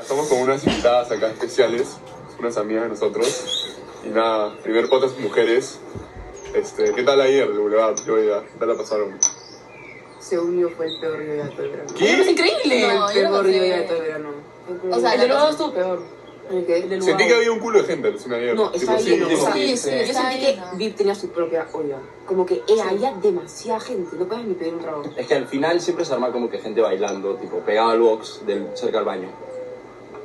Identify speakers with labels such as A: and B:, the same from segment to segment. A: estamos con unas invitadas acá especiales, unas amigas de nosotros. Y nada, primer podcast mujeres. Este, ¿Qué tal ayer, de verdad? Yo ya, ¿qué tal la pasaron?
B: Según yo fue el peor día de todo el verano.
A: ¿Qué?
C: Es increíble.
B: No,
C: No,
B: el
C: yo no
B: peor
C: sé.
B: día de todo el verano.
C: O sea,
D: El
C: la
D: del Uruguay
C: cosa-
D: estuvo peor.
B: ¿El
D: El
B: qué?
D: del
A: Sentí que
D: Uruguay.
A: había un culo de gente alucina ayer.
B: No, estaba
A: Tipo,
B: lleno.
A: sí,
B: o sea,
C: sí, sí,
B: yo
C: está
B: sentí que
C: lleno.
B: VIP tenía su propia olla. Como que eh, había demasiada gente, no podías ni pedir un trabajo.
E: Es que al final siempre se arma como que gente bailando, tipo pegada al box del, cerca al baño.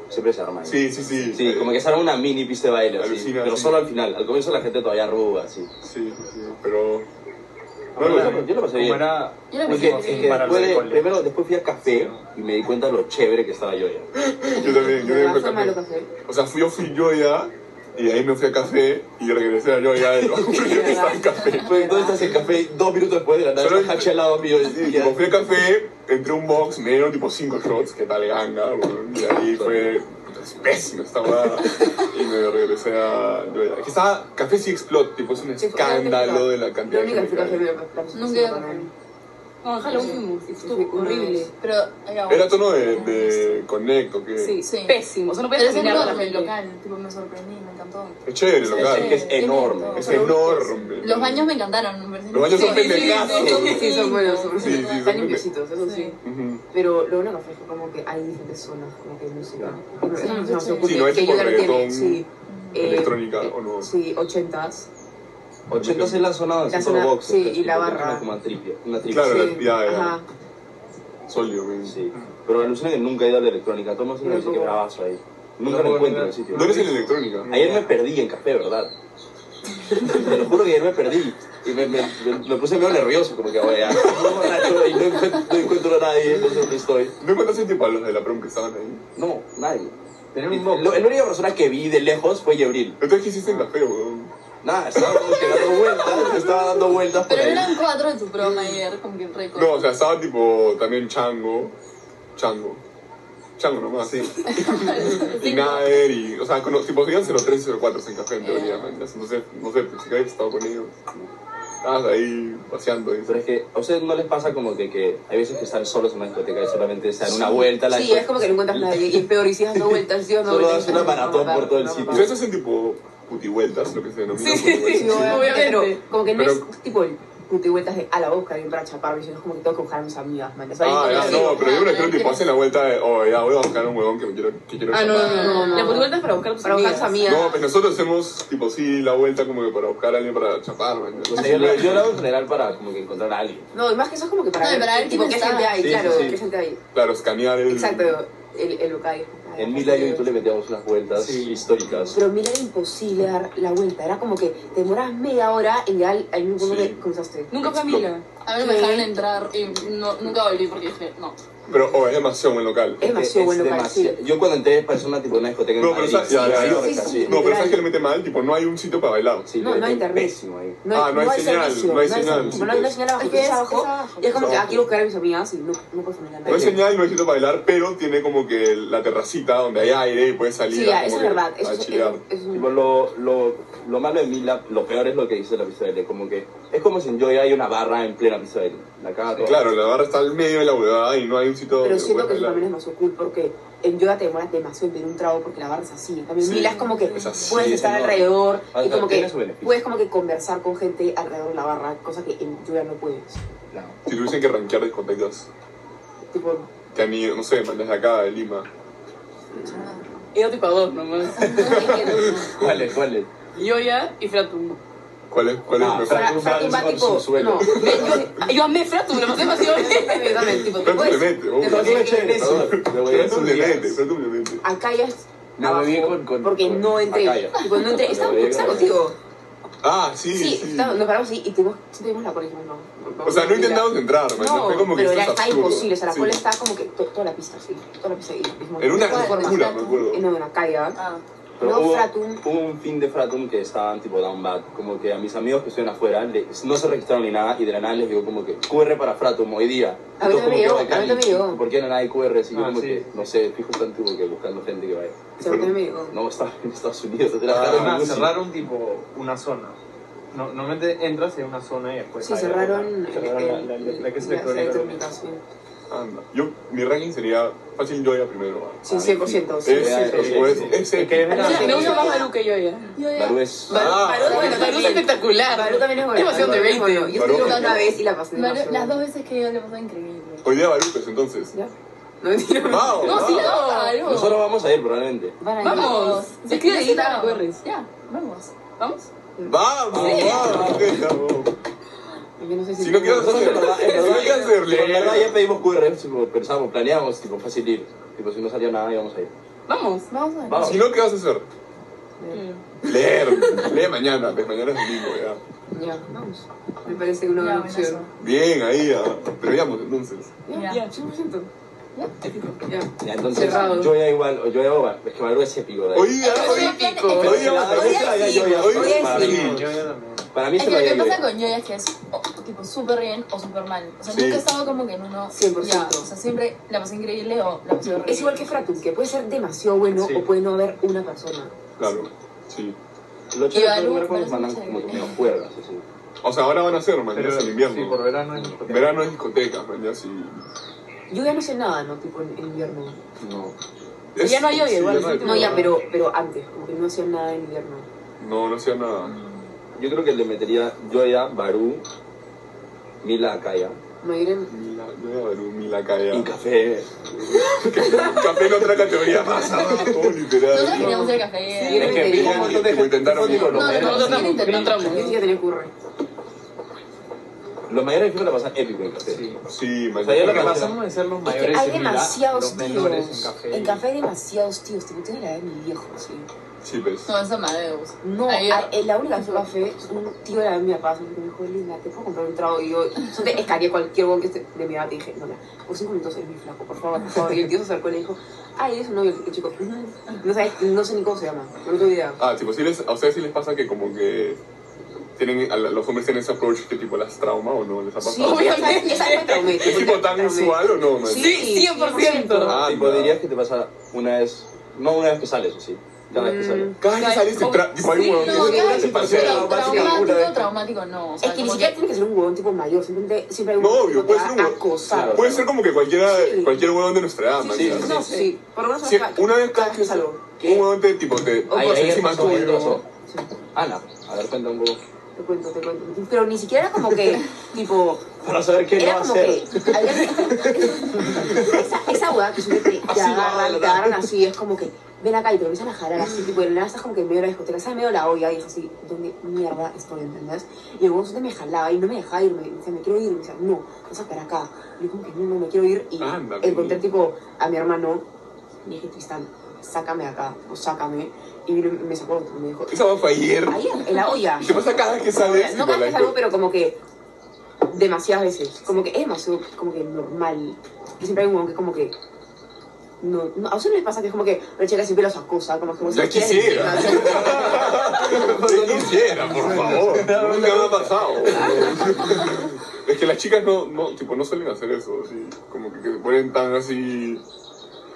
E: Siempre se arma. ahí.
A: sí, sí, sí.
E: Sí, como que se arma una mini pista de baile, así,
A: Alucina,
E: pero
A: sí.
E: solo al final. Al comienzo la gente todavía arruga, así.
A: Sí, sí, sí, pero... No,
E: Yo
A: no,
E: lo- yo lo pasé bien.
F: Como era
C: Yo lo
E: Porque
C: pasé
F: último
E: es
C: bien.
E: que
F: para
E: después,
F: el
E: de-
F: alcohol.
E: primero, después fui al café y me di cuenta lo chévere que estaba yo ya.
A: yo también, yo
B: De
A: también
B: verdad fue
A: fui
B: malo
A: al café.
B: café.
A: O sea, fui, yo fui yo ya, y de ahí me fui a café, y regresé a yo ya de lo aburrido que estaba en café.
E: Fue, ¿Dónde estás en café? Dos minutos después de la
A: Solo
E: tarde,
A: entre-
E: hacha al lado mío.
A: Sí,
E: y ya.
A: tipo, fui a café, entré a un box, me dieron tipo 5 shots, que tal ganga, weón, y ahí fue puta, es pésimo esta weá. Y me regresé a. Es que estaba. Café sí explot, tipo, es un
B: Sí, fue bastante
A: escándalo
B: explot.
A: de la
B: La
A: cantidad de
B: única
A: gente
B: que
A: que
B: café
A: había.
B: me pasó.
C: Nunca he ido a café.
D: No, déjalo
B: Sí.
D: último.
B: Sí, sí,
D: Estuvo
B: sí, una
D: horrible.
B: vez.
C: Pero, acá vamos.
A: Era tono de, de Connect, ¿o qué?
D: Sí,
C: Sí.
D: pésimo. O sea, no
C: Pero es
D: podías
C: el
D: caminar con la
C: local, el
D: gente.
C: local. Tipo, me sorprendí, me encantó.
A: Es chévere, el
E: Es, que
A: local.
E: es enorme.
A: Es
E: Es-
A: enorme.
C: Los baños me encantaron. me parecen
A: Los baños son
C: increíbles.
A: pendejazos.
B: Sí, son buenos, son buenos.
A: Sí, sí, son
B: Están
A: buenos.
B: limpiecitos, eso sí.
A: Ujú.
B: Pero lo bueno que fue fue como que hay diferentes zonas, como que música.
C: Sí,
B: Una
C: sí,
B: zona
C: sí.
B: oculta
A: Sí, no es
B: que
A: tipo
B: yo creo que tiene,
A: reggaetón,
B: sí, eh,
A: electrónica, ¿o no?
B: Sí, ochentas.
E: 80 es la zona de
B: La
E: Super
B: zona-
E: Box.
B: sí,
E: entonces,
B: y la
E: tipo,
B: barra.
E: es Como una tripia. Una tripia.
A: Claro,
B: sí,
A: ya, ya.
B: Ajá.
A: Sólido, güey.
E: Sí. Pero alucina que nunca he ido a la electrónica. Toma un
B: Tampoco.
E: sitio bravazo ahí. Nunca lo
F: Tampoco
E: encuentro en
F: ni-
E: el sitio.
A: ¿No eres en electrónica?
E: Ayer me perdí en café, ¿verdad? Te lo juro que ayer me perdí. Y me, me, me- me puse medio nervioso, como que, oye, no, borracho, y no, encuentro, no encuentro a nadie, no sé dónde estoy.
A: ¿No encontraste tipo a los de la prom que estaban ahí?
E: No, nadie.
F: Tener un box.
E: Lo- La única persona que vi de lejos fue Yebril.
A: Entonces, ¿qué hiciste en café, weón?
E: Nada, estaba como que dando vueltas, estaba dando vueltas por
C: Pero
E: ahí.
C: eran cuatro de tu broma ayer, como que récord.
A: No, o sea, estaba tipo también Chango. Chango. Chango nomás, sí. y Nader y. O sea, cono- tipo, tenían 03 y 04 en café en
D: Eh.
A: teoría, man. Entonces, no sé, pues, si habías estado con ellos. Estabas ahí paseando. Y...
E: Pero es que a ustedes no les pasa como que, que hay veces que están solos en una discoteca y solamente se dan una vuelta. La
B: Sí, es como que no encuentras nadie. Y es peor, y si has dado vueltas, sí o no.
E: Solo
B: vueltas,
E: das una
B: no, no, no,
E: maratón
B: no,
E: por todo el
B: no, no,
E: sitio.
B: no, no.
A: Ustedes hacen tipo putivueltas, lo que se denomina
D: Sí, sí,
A: putivueltas.
B: Sí, obviamente,
D: Obviamente.
B: pero como que no
A: Pero-
B: es tipo el puto vueltas de a la boca bien para chaparme, sino es como que tengo que buscar a mis amigas, man. O sea,
A: Ah,
B: yo
A: ya,
B: tengo que-
A: no, pero yo me imagino tipo hacen la vuelta de, oh, ya voy a buscar un huevón que me quiero, que quiero
D: Ah, no,
A: chapar.
D: no, no.
B: no.
D: La vuelta es para buscar a tus
B: Para buscar a tus
D: amigas.
B: amigas.
A: No, pues nosotros hacemos tipo sí la vuelta como que para buscar a alguien para chapar, man.
E: O sea, yo, lo- yo lo hago en general para como que encontrar a alguien.
B: No, y más que eso es como que para
C: No, y
B: ver,
C: para ver
B: tipo,
C: quién
B: qué
C: está.
B: gente hay,
E: Sí,
B: claro,
E: sí, sí.
B: qué gente hay.
A: Claro, escanear el.
B: Exacto, el, el local.
E: En Milayo y tú le metíamos unas vueltas
F: Sí.
E: históricas.
B: Pero mira, era imposible dar la vuelta. Era como que te demorabas media hora en llegar al mismo punto
A: Sí.
B: que comenzaste.
D: Nunca fue a Mila.
C: A mí me dejaron entrar y no, nunca volví porque dije, no.
A: Pero, oh, es demasiado buen local.
B: Es demasiado bueno para
E: demasiado- Yo cuando entré parecía una tipo una discoteca en
A: No, pero
E: Madrid.
A: esa- ya, ya,
B: ya.
E: sí,
B: Sí, sí.
A: No, pero ¿sabes qué le mete mal? Tipo, no hay un sitio para bailar.
E: Sí,
B: No,
E: lo
B: no hay
E: metí
B: internet.
E: Pésimo ahí.
A: Ah, no hay señal, no hay señal.
B: Como no hay una señal abajo,
C: Es que
B: es
C: es-
B: abajo.
C: es abajo.
B: Y es como que
A: Abajo.
B: aquí buscar a mis amigas y no, no puedo poner la
A: No hay
B: nadie.
A: señal, no hay sitio para bailar, pero tiene como que la terracita donde hay aire y puedes salir a,
B: Sí, ya,
A: como
B: eso es
A: que
B: verdad. Eso
A: a
B: es,
A: chilear.
B: eso es un-
E: Tipo, lo, lo, lo malo de Mila, lo peor es lo que dice la pista de L, como que es como si en Joya hay una barra en plena pista de L. La caga toda.
A: Claro, la barra está al medio de la huevada y no hay un sitio
B: Pero
A: donde
B: siento que
A: puedes
B: eso también es
A: bailar.
B: más cool porque en yoga te demoras demasiado en pedir un trago porque la barra es así. En cambio, en
A: Sí,
B: Mila es como que
A: es así,
B: puedes
E: es
B: estar
E: enorme.
B: alrededor
E: Ah,
B: y
E: claro,
B: como
E: tiene
B: que
E: su beneficio.
B: puedes como que conversar con gente alrededor de la barra, cosa que en yoga no puedes.
E: Claro.
A: Si tuviesen que rankear discotecas,
B: Tipo,
A: que a mí, no sé, man, desde acá, de Lima.
D: He ido tipo a dos nomás.
E: ¿Cuál es? ¿Cuál es?
D: Yoya y Fratum.
A: ¿Cuál es, cuál es
E: Ah,
A: mejor?
E: Fra-
B: para,
E: tú
B: para
E: sabes
B: tumbar,
E: por
B: tipo,
E: su suelo.
B: no, yo-
D: Yo amé Fratum, lo pasé demasiado bien.
B: yo también, tipo, tú
A: Pero tú le
B: puedes-
A: metes, vos.
B: Pero tú
A: Pero
B: le
E: Chévere, perdón, me voy a
A: tú le
E: decir.
A: metes, pero tú le metes.
B: acá ya es
F: Me
B: abajo,
F: voy bien con- con-
B: porque
F: con-
B: no entré,
E: acá ya.
B: tipo, no entré, estaba,
E: Me voy
B: estaba
E: bien.
B: contigo.
A: Ah, sí,
B: Sí,
A: sí.
B: está- nos paramos ahí y tuvimos, tuvimos la cola y dijimos, no. no,
A: O sea, no
B: mira.
A: intentamos entrar, man.
B: No,
A: fue como que
B: pero
A: esto
B: era,
A: es
B: estaba
A: absurdo.
B: imposible, o sea, la
A: Sí.
B: cola estaba como que to- toda la pista, sí, toda la pista ahí. dijimos,
A: En una
B: ¿cuál?
A: cula, me acuerdo.
B: En una calle,
C: Ah,
E: Pero
B: No,
E: hubo,
B: Fratum.
E: hubo un fin de Fratum que estaban tipo down bad. Como que a mis amigos que estuvieron afuera le- no se registraron ni nada y de la nada les digo como que QR para Fratum hoy día.
B: A mí
E: Y
B: también
E: todos como
B: me llegó, a mí
E: "Ay,
B: también me llegó".
E: ¿Por qué no hay nada de QR? Y yo
F: Ah,
E: como
F: sí.
E: que, no sé, fijo están tipo que buscando gente que vaya.
B: se me dijo.
E: No, estaba en Estados Unidos. te la
A: Ah,
E: dejaron
F: Además,
E: muy-
F: cerraron tipo una zona. No, normalmente entras y hay una zona y después.
B: Sí,
F: hay
B: cerraron,
F: otra. Cerraron la, la- la que se
B: la
F: electrónica.
B: electrónica, sí.
A: Anda. Yo, mi ranking sería fácil Joya primero.
B: Sí, 100%.
A: Ese,
B: sí.
A: ese, ese, ese.
F: que es
D: No,
F: verdad.
D: tiene uno más Barú que yo ya.
C: Yo ya.
E: Barú es...
A: Ah,
D: Barú, bueno, Barú es espectacular.
B: Barú también es bueno.
D: Demasiado de
B: Barú es
D: 20.
B: bueno. Yo
A: Barú.
B: estuve una vez y la pasé.
C: Vale,
B: demasiado
C: las
B: bien.
C: dos veces que yo le pasó increíble.
A: Hoy día Barucos, entonces.
B: ¿Ya? No mentira.
A: ¡Wow!
D: No, sí,
A: wow.
D: no, Barú.
E: Nosotros vamos a ir probablemente.
B: Van a ir.
D: Vamos.
C: Sí,
D: Es que
C: yo
D: ahí
C: sí
D: la
C: trabajo.
D: recuerdes.
C: Ya, vamos.
D: ¿Vamos?
A: ¡Vamos! ¡Vamos! ok, vamos.
B: Yo no sé si.
A: Si no quieres
E: Nosotros en
A: hacerlo,
E: verdad,
A: si
E: en
A: no
E: verdad,
A: quieres hacerlo.
E: en verdad ya pedimos QR, tipo, pensamos, planeamos, tipo, fácil ir. Tipo, si no salía nada, íbamos a ir.
D: Vamos.
C: Vamos a ver. Mm.
E: Vamos.
A: Si no, ¿qué vas a hacer?
B: Mm.
A: Leer. Lee mañana, pues mañana es domingo ya.
B: Ya, vamos. Me parece una
C: Ya,
B: buena
C: buenazo.
B: opción.
A: Bien, ahí ya. Peleamos entonces.
C: Ya.
B: Ya, 100%.
D: Ya.
E: Ya, entonces,
D: Cerrado.
E: yo ya igual, o yo ya Oba, es que Barú es épico. ¿verdad?
A: Hoy día,
C: Eso
A: hoy
C: es
A: día.
C: épico.
E: Pero
A: hoy
E: se
A: día
E: la-
A: vamos a-
E: yo se la
B: hoy
E: doy
B: sí,
E: a Yoya.
A: hoy
E: Para
A: sí.
E: mí-
F: Yo ya también.
E: Para mí
C: Es
E: se
C: que
E: la
C: lo
E: doy a
C: que pasa
E: Yoya.
C: con Yoya es que es o, tipo súper bien o súper mal. O sea,
A: Sí.
C: nunca he estado como que en uno.
B: 100%.
C: Ya, o sea, siempre la pasé increíble o la pasé horrible.
B: Es igual que Fratum, que puede ser demasiado bueno
F: Sí.
B: o puede no haber una persona.
A: Claro, sí.
E: Lo
C: Y
E: chévere es que
C: Barú-
E: los barcos
C: Barú
E: mandan
C: es
E: como que
C: chévere.
E: medio cuerdas, así.
A: O sea, ahora van a ser, mañana
F: Pero
A: es el invierno.
F: Sí, por verano es discoteca.
A: Verano es discoteca, mañana sí.
B: Yo ya no sé nada, ¿no? Tipo en en invierno.
E: No.
A: Es-
D: Ya no hay hoy,
A: sí,
D: igual,
A: ya no hay,
B: No, ya, pero, pero antes, como que no hacía nada en invierno.
A: No, no hacía nada.
E: Yo creo que le metería Joya, Barú, Mila, Akaya.
B: No ir en.
A: Mila, yo era Barú, Mila Calla.
E: Y café.
A: Café en otra categoría más abajo,
C: Nosotros
A: literal.
C: queríamos hacer café.
B: Sí,
E: Es que
B: Yo
E: Mila
B: un
A: montón de
E: gente-
A: intentaron
E: sí,
A: mucho,
E: los
A: ¿no?
E: mayores-
D: No, no, no, no, no entramos.
B: Yo sí que tenía curry.
E: Los mayores siempre la pasan épico en café.
F: Sí.
A: Sí,
F: Lo
E: O sea, yo la
F: que
A: mañana.
F: pasamos de ser los
B: Es
F: mayores
B: que hay
F: en Milán,
B: demasiados
F: los menores
B: tíos.
F: en café.
B: hay demasiados tíos. Tipo, tiene la edad de mi viejo, sí.
A: Sí, pues.
C: No, es Amadeus.
B: No,
C: Ahí-
B: a- en la única vez que fue a café, un tío de la edad de mi papá me dijo, linda, ¿te puedo comprar un trago? Y yo, yo te escaneé cualquier huevón que esté de mi edad. Y dije, no, ya, por cinco minutos eres mi flaco, por favor, por favor. Y el tío se acercó y le dijo, ay, eres un novio. Y el chico, "Mm, no, sabes, no sé ni cómo se llama, no tengo idea.
A: Ah, tipo, si les, a ustedes sí les pasa que como que tienen, a la- los hombres tienen ese approach que tipo las trauma o no les ha pasado.
D: obvio.
B: obviamente. Esa, esa me traumé.
A: ¿Es tipo tan
B: traumé.
A: usual o no, man?
D: Sí. 100%.
A: Ah,
E: tipo,
A: no.
E: dirías que te pasa una vez, no una vez que sales, o sí, cada vez que sales.
A: Cada vez que sales te tra... Tipo, hay un
D: Sí,
A: huevón
C: No,
A: que
E: ya,
A: se
E: sí,
A: parece
E: sí,
A: a-
E: no.
C: traumático, traumático no. O sea,
B: Es que ni
C: como
B: siquiera tiene que ser un huevón tipo mayor, simplemente siempre hay un
A: No,
B: huevón
A: obvio,
B: que
A: puede
B: te
A: ser
B: va
A: un
B: a
A: huevón.
B: acosar.
A: Puede ser como que cualquiera,
B: Sí.
A: cualquier huevón de nuestra edad,
B: Sí,
A: man.
B: sí,
A: ya.
B: no, sí. Por lo menos
A: Si-
B: una vez-
A: una vez cada
B: cada
A: que
B: vez salgo.
A: un huevón te tipo te
B: Ay,
A: pasa
B: ay,
A: encima
E: pasó, ahí
A: tuyo.
E: pasó. Ana, a ver, cuenta un poco.
B: Te cuento, te cuento. Pero ni siquiera era como que, tipo,
E: Para saber qué no
B: era como
E: hacer.
B: que. había- esa, esa hueá que siempre te, te
E: Así va,
B: agarran, te
E: ¿verdad?
B: agarran así, es como que, ven acá y te empiezan a jalar así, tipo, en nada estás como que en medio de la discoteca, estás en medio de la olla y es así, ¿dónde mierda estoy, entendés? Y el huevón me jalaba y no me dejaba irme, me decía, me quiero ir, me decía, no, vas a para acá. Y yo como que no, no, me quiero ir y
A: Anda,
B: encontré,
A: mira.
B: tipo, a mi hermano, y dije, Tristán, sácame de acá, o sácame. Y vino y me sacó, me dijo,
A: Esa va fue ayer.
B: ahí, en la olla.
A: Te pasa cada vez que sales.
B: No
A: tipo,
B: cada vez
A: la-
B: algo, pero como que demasiadas veces. Como que es demasiado, como que normal. Que siempre hay un huevón que como que. No, no, a ustedes no les pasa que es como que la chica siempre los acosa, como que como si
A: Ya
B: los quieran
A: quisiera.
B: encima, así.
A: Yo quisiera, por favor. Nunca me ha pasado. Es que las chicas no, no, tipo, no suelen hacer eso, así, como que, que se ponen tan así...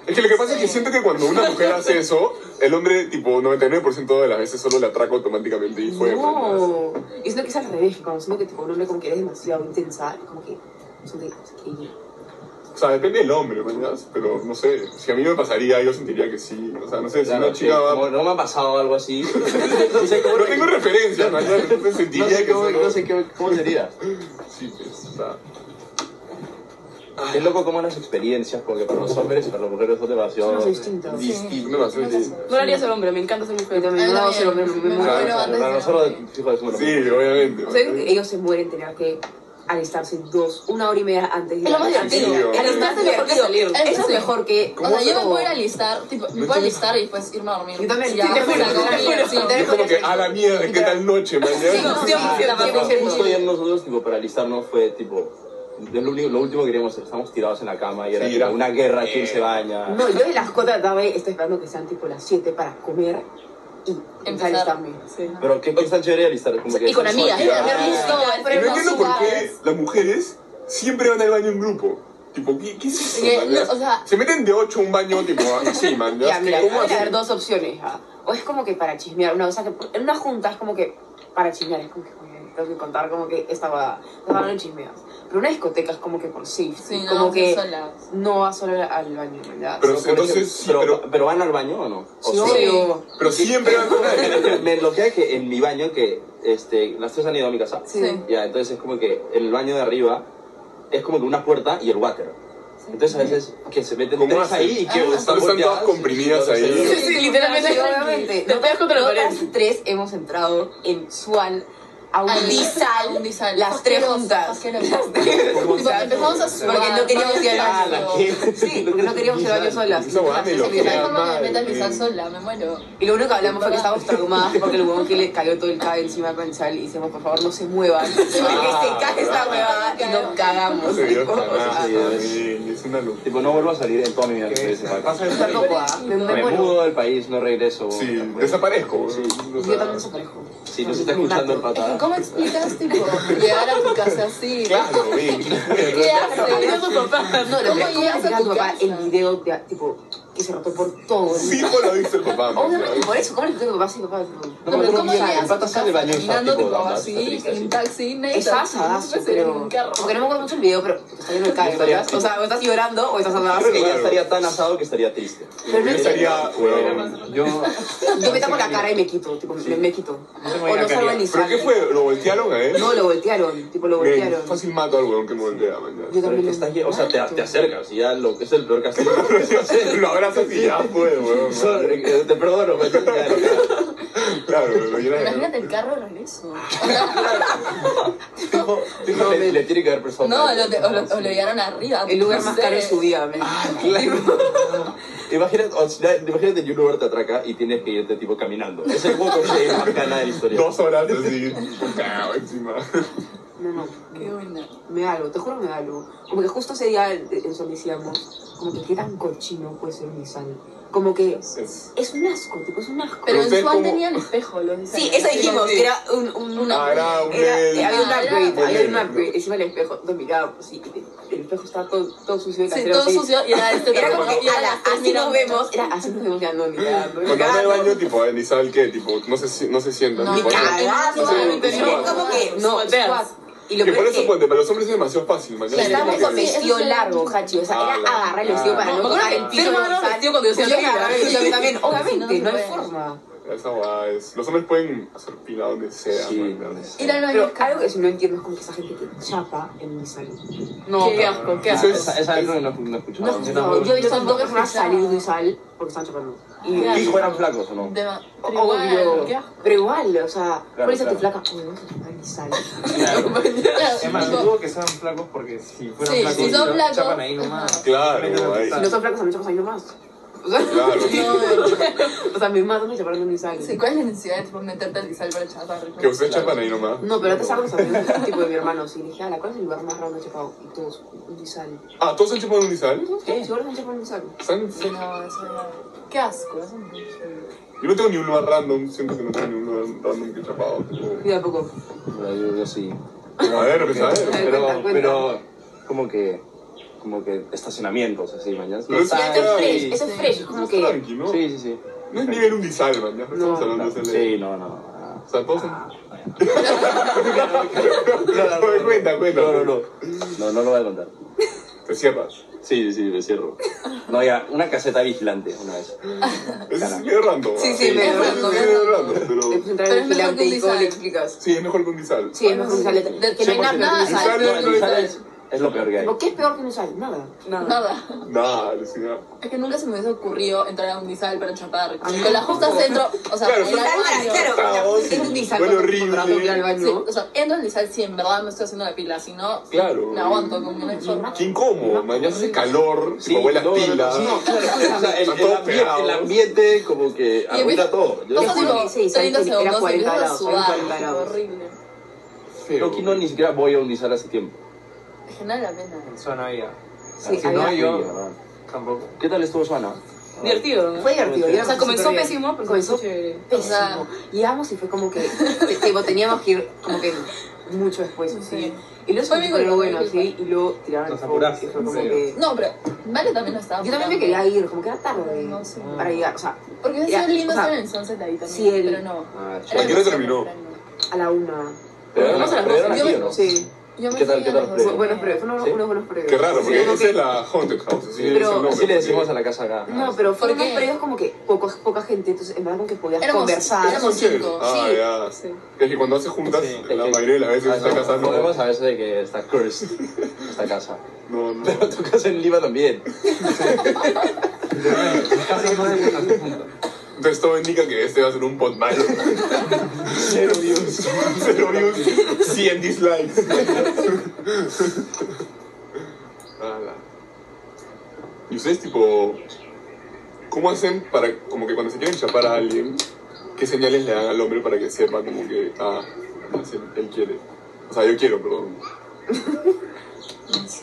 A: Es que lo que pasa es que
C: Sí.
A: siento que cuando una mujer hace eso, el hombre, tipo, 99% de las veces solo la atraca automáticamente y fue. ¿no?
B: No. Y siento que es al revés, que cuando siento que tipo un hombre como que eres demasiado intensa, como que. son de- que-
A: O sea, depende del hombre, ¿verdad? Pero no sé, si a mí me pasaría, yo sentiría que sí. O sea, no sé, si
E: Claro,
A: una
E: sí,
A: chica va...
E: como no me ha pasado algo así. no sé cómo.
A: No tengo referencia, ¿no? Entonces
E: no
A: sentiría
E: sé
A: que
E: cómo,
A: solo-
E: no sé qué- cómo sería.
A: Sí, pues, o sea...
E: Es loco como las experiencias, porque para los hombres y para las mujeres son demasiado
B: Son distintas.
E: distintas.
A: demasiado distinto.
D: No lo haría ser hombre, me encanta ser mujer.
B: Yo también. No, sí, hombre, me- me-
E: Claro,
C: muero
E: claro,
C: antes de ser
E: para nosotros,
C: hombre.
E: hijo de su madre.
A: Sí, obviamente.
B: O sea, yo creo que ellos se mueren tener que alistarse dos, una hora y media antes de
D: Es lo más
B: la-
D: divertido.
A: Sí, obvio.
B: Alistarse es mejor que salir.
C: Alistarse.
B: Eso es mejor que.
C: O sea, yo me puedo ir a alistar, tipo, me puedo alistar y después irme a dormir.
B: Yo también,
C: Y ya,
B: sí, te juro,
C: o sea,
B: te
C: como
B: juro,
C: que,
B: sí,
C: sí.
B: te
A: Es como que a la mierda, ¿qué tal noche, man?
D: Sí, no, sí,
E: Ah,
D: sí,
E: no,
D: sí, sí.
E: Justo ayer nosotros, tipo, para alistarnos fue, tipo, es lo, único- lo último que queríamos, estábamos tirados en la cama y era,
A: Sí, era-
E: tipo, una guerra, quién se baña.
B: No, yo de las 4 de la tarde estoy esperando que sean tipo las 7 para comer y empezar a alistarme.
D: Sí.
E: Pero qué, qué tan chévere alistar, como que
B: Y con
E: estás
B: amigas, ¿eh?
E: soltera.
B: y con amigas.
A: Y no entiendo por qué las mujeres siempre van al baño en grupo. Tipo, ¿qué, qué es eso,
B: Eh,
C: Que,
A: man? Ya?
C: no, o sea-
A: Se meten de ocho a un baño, tipo, así, man. ya.
B: Ya, mira,
A: ¿Cómo
B: pueden haber
A: hacen?
B: dos opciones. ¿ah? O es como que para chismear, una cosa que en una junta es como que para chismear, es como que. oye, tengo que contar como que estaba, estaban en chismeadas. Pero una discoteca es como que por safe,
C: Sí,
B: como
C: no,
B: que
C: que sola.
B: no vas solo al baño, ¿verdad?
A: Pero
E: Por ejemplo,
A: entonces, sí,
E: pero,
A: pero-
E: pero van al baño o no? O
B: Sí,
E: sea,
B: obvio.
A: Pero siempre van con alguien.
E: me bloquea que en mi baño, que este, las tres han ido a mi casa,
C: Sí.
B: Sí.
E: ya, entonces es como que el baño de arriba es como que una puerta y el water. Entonces a veces que se meten
A: ¿Cómo
E: tres
A: hacen?
E: ahí y que
C: Ah,
A: están todas
E: volteadas,
A: comprimidas
E: y- y-
A: ahí.
E: y-
D: Sí, sí, literalmente.
B: Sí, obviamente.
D: Te pegas contra la pared.
B: Nosotras tres hemos entrado en Swan a un
C: Al
B: disal.
C: disal.
B: Las tres
C: Asqueroso,
B: juntas.
C: asqueroso.
E: ¿Cómo
C: Tipo,
E: saben?
C: empezamos a sudar.
B: Porque no queríamos ir al
E: Ah,
B: baño.
E: la que-
B: Sí, porque no queríamos ir al baño solas.
A: Esa guada me
B: Nosotras
A: lo
B: tres
A: crea.
B: en el baño.
C: forma de meter
A: madre.
C: al disal sola, me muero.
B: Y lo único que hablamos fue que estábamos traumadas porque el huevón que le cayó todo el cabello encima con sal y decíamos, por favor, no se muevan. Porque se cae esta huevada y nos
A: No
B: cagamos.
A: se vio
B: tipo, o sea,
A: nada,
E: sí, es-
A: sí, es una locura.
E: Tipo, no vuelvo a salir en toda mi vida de ese
F: ¿Qué?
E: baño.
F: Pasa de
B: está
F: salir.
B: loco, ah, me, me
E: Me
B: muero.
E: mudo del país, no regreso.
A: Sí,
E: Bueno,
A: desaparezco.
E: Sí.
A: o
B: Yo
A: sea,
B: también desaparezco.
E: Si no se está escuchando
C: Es
E: el
C: que,
E: patada.
C: ¿Cómo explicas, tipo, llegar a tu casa así?
A: Claro, bien.
C: ¿Qué haces?
D: Hablando con papá.
B: No, lo
C: ¿Cómo
B: peor es
C: llegas
B: que
C: a
B: a tu
C: tu
B: papá el
C: casa?
B: video de, tipo, que se rotó por todo. el mundo.
A: Fijo lo dice el papá. ¿no?
B: Obviamente, por eso, ¿cómo le explico a tu papá si tu papá es un-
E: No,
C: No, pero
E: pero
C: ¿cómo
E: bien,
C: llegas
E: el pata
C: a tu
E: sale del
C: casa
E: baño y está
C: caminando,
E: tipo,
C: tipo,
E: "Anda,
C: así,
E: está triste,
C: en
E: así".
C: taxi, neta?
B: Es asadazo,
C: No puedes ir en
B: pero...
C: un carro.
B: Porque no me acuerdo mucho el video, pero te está viendo el cabello,
E: Estaría-
B: ¿verdad? O sea, o estás llorando o estás
E: Creo que
B: asadazo.
E: ya estaría tan asado que estaría triste.
B: Pero
A: Yo estaría, weón.
F: Yo.
B: Yo me tapo la cara y me quito, tipo, me, me quito.
F: tengo
B: o
F: idea
B: no
F: qué
B: salgo
F: haría.
B: ni
A: ¿Pero qué
B: sangre.
A: fue? ¿Lo voltearon a él?
B: No, lo voltearon, tipo, lo
A: Bien,
B: voltearon.
A: Fácil mato al weón que me voltea, man,
B: Yo
A: ya.
E: Pero es
B: también
E: que
B: lo
E: estás lleno, o sea, te, te
B: mato.
E: acercas y ya lo que es el peor castigo.
A: Lo abrazas y ya fue, weón.
E: Sorry, eh, te perdono, me tienes que dar.
A: Claro, weón, lo llenas de-
C: Imagínate el carro de regreso.
E: Tipo, tipo,
B: No,
E: le,
B: me-
E: le tiene que haber prestado.
C: No, lo, te- o lo, o lo llevaron arriba.
B: El lugar
C: no
B: más
C: sé.
B: caro de su vida, men.
E: Imagínate, o sea, imagínate que un Uber te atraca y tienes que irte tipo caminando. Es el poco que más bacana de la historia.
A: Dos horas así, puta, encima.
B: No, no,
C: Qué buena.
B: me da algo, te juro me da algo. Como que justo ese día en en Sol decíamos, como que qué tan cochino puede ser mi sal. Como que
A: Es-
B: es un asco, tipo, es un asco.
C: Pero en
A: Ustedes
C: Swan
A: como-
C: tenían espejo, los
B: Sí,
C: diseñadores.
B: eso dijimos,
C: Sí.
B: era un, un,
C: Una-
A: Ah, era un
B: Era, eh, había un
C: Ah,
B: upgrade,
A: era-
B: había un upgrade encima del espejo. No miraba, sí, el espejo estaba todo, todo sucio de
C: Sí,
B: casero.
C: todo
B: así.
C: sucio y era este
B: Era
C: tamaño,
B: como que,
C: y era
B: ala,
C: las tres
B: así nos
C: mirando.
B: vemos, era así nos vemos ya no mirando.
A: Cuando me baño, tipo, en Isabel, ¿qué? Tipo, no se, si- no se sientan.
C: No,
A: tipo,
C: ni
A: así.
C: cagar.
B: cagado,
A: No sé,
B: obviamente
A: sí,
B: no,
A: sí.
B: como que no,
D: Suateas.
B: suaz. Y lo
A: Que por
B: peor es
A: eso,
B: que
A: ponte, para los hombres es demasiado fácil, man. ya.
C: Claro.
A: Como
B: estábamos
A: que-
B: con
C: Sí, eso
B: vestido
C: es-
B: largo, Hachi, o sea,
A: Ah,
B: era
A: la-
B: agarrar el vestido para
D: No,
B: no
D: me acuerdo
B: tocar
D: que
B: el piso.
D: Fer me
B: del
D: agarró el
B: sal.
D: vestido cuando yo hacía
B: Yo me
D: fila.
B: agarré el vestido también, obviamente,
C: no
B: no hay
C: puede.
B: forma.
A: Esa guada es. Los hombres pueden hacer pila donde sea,
E: Sí.
A: man, ya.
C: Ir al baño
B: Pero
C: es caro.
B: algo que si no entiendo es como que esa gente que chapa en mi salud.
D: No,
C: ¿Qué?
D: qué asco, qué
E: Esa,
D: asco.
E: esa, esa vez no, no, no escuchaba.
B: No, no,
F: yo tampoco.
B: yo he visto a
C: Yo
B: dos
C: tampoco
B: personas
C: escuchaba.
B: salir de sal porque estaban chapando. Y
C: Ya.
E: Fijo eran flacos o no.
C: De ma- pero
B: obvio.
C: igual, ¿qué?
B: Pero igual, o sea,
E: Claro,
B: por eso te
E: claro.
B: flaca, uy, vamos a chapar en mi sal.
C: Claro,
F: Es más,
C: tipo,
F: dudo que sean flacos porque si fueran
C: Sí,
F: flacos,
C: si son
F: lo
C: flacos,
F: chapan ahí
C: ajá.
F: nomás.
A: Claro, ahí.
B: Si no son flacos, a mí chapas ahí nomás. O sea,
A: Claro.
B: o sea, me matan me chaparon en mi sal.
C: sí, ¿Cuál es la necesidad de tipo, meterte al disal para chapar?
A: Que ustedes
E: Claro.
A: chapan ahí nomás.
B: No, pero antes algo sabía tipo de mi hermano. Sí, dije, ala, ¿cuál es el lugar más raro que he chapado? Y todos, un disal.
A: Ah, ¿todos han chapado en un Isabel?
B: Todos, todos, igual me chaparon en mi sal.
A: ¿Saben?
C: No, eso era... Qué asco, eso no es
A: Yo no tengo ni un lugar random, siento que no tengo ni un lugar random que he chapado.
B: Y de a poco.
E: Yo, yo sí.
A: A ver, pues, a ver.
E: Pero,
B: Cuenta, cuenta.
E: pero, como que, como que estacionamientos así, mañana.
A: Pero sí,
B: Ya, Eso es
A: Ay,
B: fresh, eso es fresh. Como
A: Es
B: que,
A: tranqui, ¿no?
E: Sí, sí, sí.
A: No es nivel un disal, man, ya. Estamos hablando de ese
E: Sí, no, no. no.
A: O sea, todos son... Cuenta, cuenta.
E: No, no, no. No, no lo voy a contar.
A: Te cierras.
E: Sí, sí, sí, me cierro. No, ya, una caseta vigilante una vez.
A: Eso es
E: Carajo.
A: medio random.
B: Sí,
A: ah.
B: sí, medio
A: eso
B: random,
A: Es medio
C: medio
A: random,
B: te
A: pero...
B: puedes entrar
C: Pero
B: en el
C: es mejor
B: vigilante
C: que un
B: y todo le
C: disal.
B: explicas.
A: Sí, es mejor con disal.
B: Sí, es mejor que un disal.
C: De-
B: Que no hay nada peor que un
E: 100%
B: disal.
A: Sale,
E: No,
A: sale.
E: es- Es lo peor que hay.
B: ¿Pero qué es peor que un disal? Nada.
C: Nada.
A: Nah, alucinado.
C: Es que nunca se me hubiese ocurrido entrar a un disal para chapar.
B: Ah,
C: Con la justa centro, o sea,
A: Claro,
C: en
A: pero-
C: el baño.
B: Claro, claro. Es un disal.
A: Huele
B: cuando te
A: horrible.
B: contrato que ir al
C: Sí,
B: baño.
C: o sea, entro al disal si en verdad me estoy haciendo la pila, si no,
A: Claro.
C: me aguanto como una chorra.
A: Qué incómodo, man. Ya hace calor, se huele a
E: no, no, no,
A: tila.
E: sí, claro, o sea,
A: Está
E: el, el
A: todo
E: ambiente,
A: pegado.
E: el ambiente como que arruina
C: empieza-
E: todo. Yo
C: O sea,
B: Te juro que sí,
C: tipo, 30
B: salí- era
C: segundos,
B: 40
C: empiezo a
B: grados, eran
C: sudar,
B: 40 grados.
C: horrible.
A: Feo,
E: no, que no,
A: man.
E: ni siquiera voy a unizar hace tiempo.
C: Es que no vale la pena.
F: Suena ahí.
B: Sí,
E: Así,
B: ahí
F: no,
B: va.
F: yo-
E: ¿verdad?
F: Tampoco.
E: ¿Qué tal estuvo Suana?
D: Divertido. ¿no?
B: Fue divertido.
E: O
D: O sea, comenzó pésimo, pero
B: Comenzó
D: comenzó chévere.
B: pésimo. Llegamos y fue como que, te- tipo, teníamos que ir como que mucho después,
C: Sí.
B: así. Y luego
C: Fue
B: se
C: bien
B: fue lo
C: igual,
B: bueno,
C: bien
B: sí, y luego tiraron el
F: Nos
B: phone,
F: apuraste,
B: y fue como
F: sí.
B: que-
C: No, pero Vale también no estaba.
B: Yo también me
C: jugando.
B: quería ir, como que era tarde
C: No sé.
B: para llegar, o sea,
C: Porque hubiese
B: Ya,
C: sido lindo
B: o sea,
C: estar en el sunset ahí también,
B: sí, el-
C: pero no.
E: Ah,
A: ¿A qué hora terminó?
B: a la una.
E: Pero eran,
C: Vamos a las
E: pero eran
C: dos.
E: así,
C: Yo
E: ¿o
C: me-
E: no?
B: Sí,
C: Yo me
E: ¿Qué tal,
C: fui
E: qué
C: a
E: tal
C: las
E: los
C: dos.
E: precios?
B: Bu- buenos precios, unos,
E: Sí.
B: unos buenos precios.
A: Qué raro, porque
B: Sí, uno
A: esa
B: que-
A: es la haunted house, así
B: Pero-
A: es el nombre.
E: Así le decimos
A: porque-
E: a la casa acá.
B: No, pero fueron
C: ¿Por
B: unos
C: qué?
B: predios como que pocos, poca gente, entonces en verdad como que podías
C: Éramos-
B: conversar.
A: Esas son
C: Éramos
A: chéveres.
C: cinco,
A: Ah,
C: sí.
A: ya.
D: Sí.
A: Es que cuando haces juntas,
E: Sí,
A: la
E: que-
A: mayoría de las veces
E: Ah,
A: esta
E: no,
A: casa no.
E: Podemos a veces de que está cursed esta casa.
A: No, no.
E: Pero tu casa en Lima también.
F: Casi no hay buenas juntas.
A: Entonces todo indica que este va a ser un pod malo. Cero views. Cero views. 100 dislikes. Ala. y ustedes tipo, ¿cómo hacen para, como que cuando se quieren chapar a alguien, qué señales le dan al hombre para que sepa como que, ah, él, él quiere? O sea, yo quiero, perdón.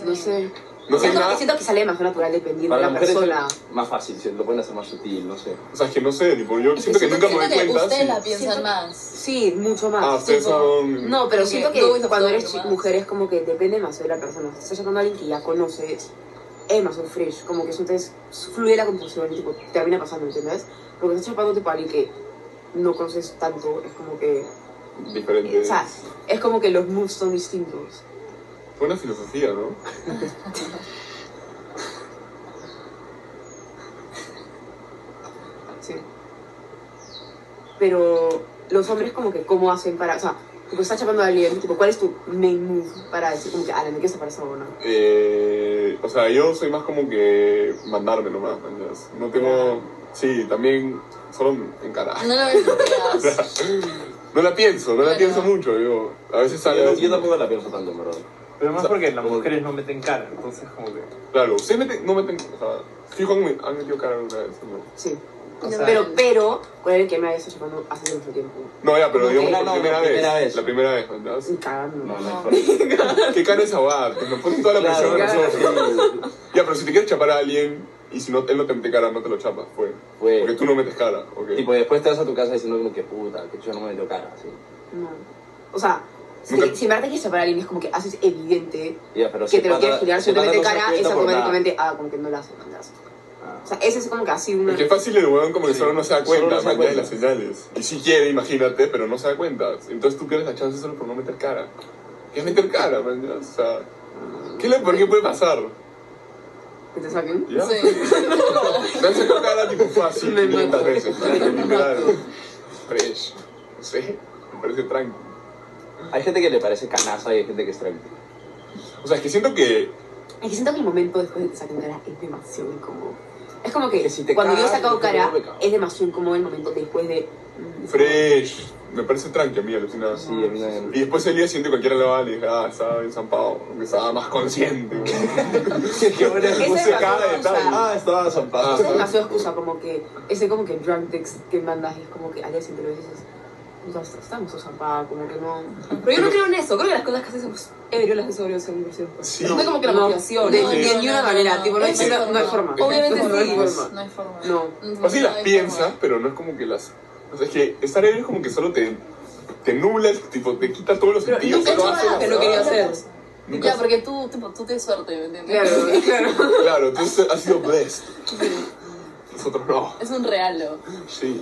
B: No sé.
A: No sé
B: siento,
A: nada.
B: siento que sale más natural dependiendo de
E: Para
B: la
E: las mujeres
B: persona.
E: es más fácil, se lo pueden hacer más sutil, no sé.
A: O sea, es que no sé, tipo, yo siento que nunca me doy cuenta.
C: Ustedes
A: si-
C: la piensan
B: Siento-
C: más.
B: Sí, mucho más.
A: Ah, ustedes
C: tipo,
A: son.
B: No, pero
C: Porque
B: siento que
C: tú y tu
B: cuando
C: novio
B: eres chi-
C: más.
B: mujer es como que depende más de la persona. Si estás sacando a alguien que ya conoces, es más un fresh. Como que eso entonces fluye la conversación y tipo, termina pasando, ¿entiendes? Porque estás chapando tipo a alguien que no conoces tanto, es como que...
A: diferentes.
B: O sea, es como que los moves son distintos.
A: Buena filosofía, ¿no?
B: Sí. Pero los hombres como que cómo hacen para... O sea, tipo, estás chapando a alguien, tipo, ¿cuál es tu main move para decir como que, ah, me quiero separar esa persona?
A: Eh, o sea, yo soy más como que mandarme nomás, ¿entiendes? No tengo... Sí, también solo encarar.
C: No lo ves.
A: No la pienso, no la
C: Claro.
A: pienso mucho, yo. A veces sale...
E: Yo,
A: así.
E: yo tampoco la pienso tanto, en verdad.
F: Pero más porque las mujeres no meten cara, entonces como que...
A: Claro, ustedes meten- no meten... O sea, fijo, han, han metido cara alguna vez. ¿no?
B: Sí.
F: O sea,
B: Pero, pero, con el que me había estado chapando hace mucho tiempo.
A: No, ya, pero
B: Ok.
A: digamos la,
E: No, no,
A: primera
E: la primera
A: vez,
E: vez.
A: La primera vez, ¿entiendes?
B: Y cagando.
E: No,
C: No.
E: no, es
A: ¿Qué cara es aguada? Me ponen toda la
E: Claro,
A: presión.
E: claro.
A: ¿no? Ya, pero si te quieres chapar a alguien y si no, él no te mete cara, no te lo chapas, fue.
E: Fue-
A: Porque tú no metes cara, ¿ok?
E: Tipo, después te vas a tu casa diciendo como que puta, que yo no me dio cara, así.
B: No. O sea, si,
A: Nunca-
B: si en verdad te quieres separar a alguien, es como que haces evidente
E: Ya, pero
B: que
E: si
B: te lo
E: pata-
B: quieres girar,
E: si
B: si no te
E: pata
B: mete
E: no se
B: cara, es
E: cuenta por nada.
B: automáticamente, ah, como que no la haces mandarse.
E: Ah.
B: O sea, ese es como que así una.
A: Porque es fácil el huevón como que solo no se da
E: Solo
A: cuenta,
E: no se da
A: man, ya de
E: cuenta.
A: las señales. Y si quiere, imagínate, pero no se da cuenta. Entonces tú pierdes la chance solo por no meter cara. ¿Qué es meter cara, man? ya? O sea, ¿qué le por qué puede pasar?
B: Que te saquen.
A: ¿Ya?
C: Sí.
A: Me han sacado cara tipo fácil
B: Me
A: 500
B: mato.
A: veces. man,
C: Me
A: literal.
C: mato.
A: Fresh. No sé, me parece tranqui.
E: Hay gente que le parece canaza y hay gente que es tranqui.
A: O sea, es que siento que...
B: Es que siento que el momento después de que te saquen cara es demasiado incómodo. Es como que,
E: Que si te
B: cuando yo he
E: cagas,
B: sacado
E: yo
B: cara,
E: no me cago.
B: es demasiado incómodo el momento después de. mm,
A: Fresh. Me parece tranqui a mí, alucinado.
E: Sí, a mí me-
A: Y después el día siguiente cualquiera le va y le dije, ah, estaba en San Pablo, que estaba más consciente.
E: Qué buena
B: Ese
E: excusa.
B: es la cosa, o sea,
E: Ah, estaba zampado.
B: Esa es demasiado excusa, como que ese como que drunk text que mandas y es como que al día siguiente lo ves y dices, "Puta, estamos zapados, como que no.
D: Pero yo no creo en eso. Creo que las cosas que haces somos ebrios las que sobrios son
A: Sí.
D: No hay como que la
B: No,
D: motivación.
B: de-
D: ¿no?
B: de- ninguna manera, tipo, no hay-
C: Eso
B: no hay- no hay forma.
C: Obviamente
B: No hay
C: sí.
B: forma.
C: No hay forma.
B: No.
A: O sea, sí las
C: No hay
A: piensas,
C: forma.
A: pero no es como que las... O sea, es que estar ebrio es como que solo te, te nubla, tipo, te quita todos los
D: Pero
A: sentidos.
D: nunca he
A: solo
D: hecho
A: haces
D: nada que no
A: la-
D: quería hacer.
A: nunca-
C: Ya, porque tú, tipo, tú tienes suerte, ¿me entiendes?
B: Claro, claro.
A: Claro, tú has sido blessed. Nosotros no.
C: Es un regalo.
A: Sí.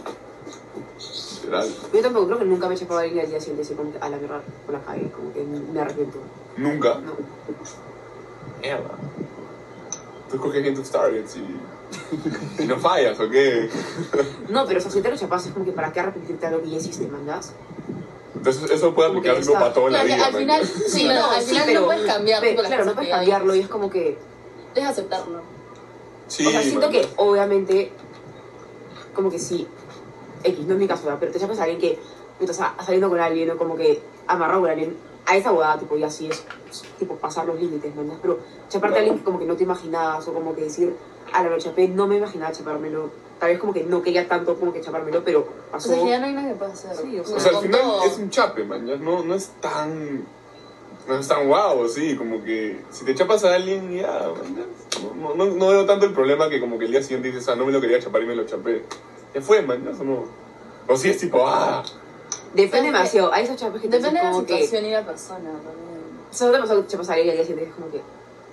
A: Literal.
B: Yo tampoco creo que nunca me he chapado a alguien y al día siguiente así como que a la mierda con la calle, como que me arrepiento.
A: Nunca.
B: No.
A: Mierda. Tú escoges bien tus targets y... y no fallas, ¿o qué?
B: No, pero o sea, si te lo chapas es como que para qué arrepentirte de algo que ya hiciste, mandas.
A: Entonces eso puede
B: Porque
A: aplicarse como
B: está-
A: para toda la
C: Claro, que
A: vida.
C: al
A: man.
C: final, sí,
B: No,
C: no, al
B: sí,
C: final
B: pero-
C: no puedes cambiar.
B: Pe-
C: tipo, las
B: claro, no
C: cosas
B: puedes
C: que hay.
B: cambiarlo y es como que.
C: Debes aceptarlo.
A: Sí,
B: o sea, siento
A: man.
B: que obviamente, como que sí, X, no es mi caso, ¿verdad? pero te chapas a alguien que, puta, o sea, saliendo con alguien o como que amarrado con alguien, a esa boda, tipo, y así es, tipo, pasar los límites, ¿no? entiendes? Pero chaparte a alguien que como que no te imaginabas o como que decir, a la me lo chapé, no me imaginaba chapármelo, tal vez como que no quería tanto como que chapármelo, pero
C: O
B: pasó.
C: sea, que ya no hay nada que puedas hacer.
B: Sí, o sea,
A: O sea, al
C: Con
A: final
C: todo.
A: es un chape, man. ya No, no es tan. No es tan guau, sí. Como que si te chapas a alguien, ya. man, ya. No, no, no veo tanto el problema que como que el día siguiente dices, ah, no me lo quería chapar y me lo chapé. Ya fue, man. Ya, eso no. O si es tipo, ah.
B: Depende
C: ¿Sabes qué?
B: demasiado, hay esos chapes que te
C: Depende
B: dicen
C: de la
B: como que.
C: situación y la persona también.
B: Eso te pasó que te chapas a alguien y al día siguiente es como que,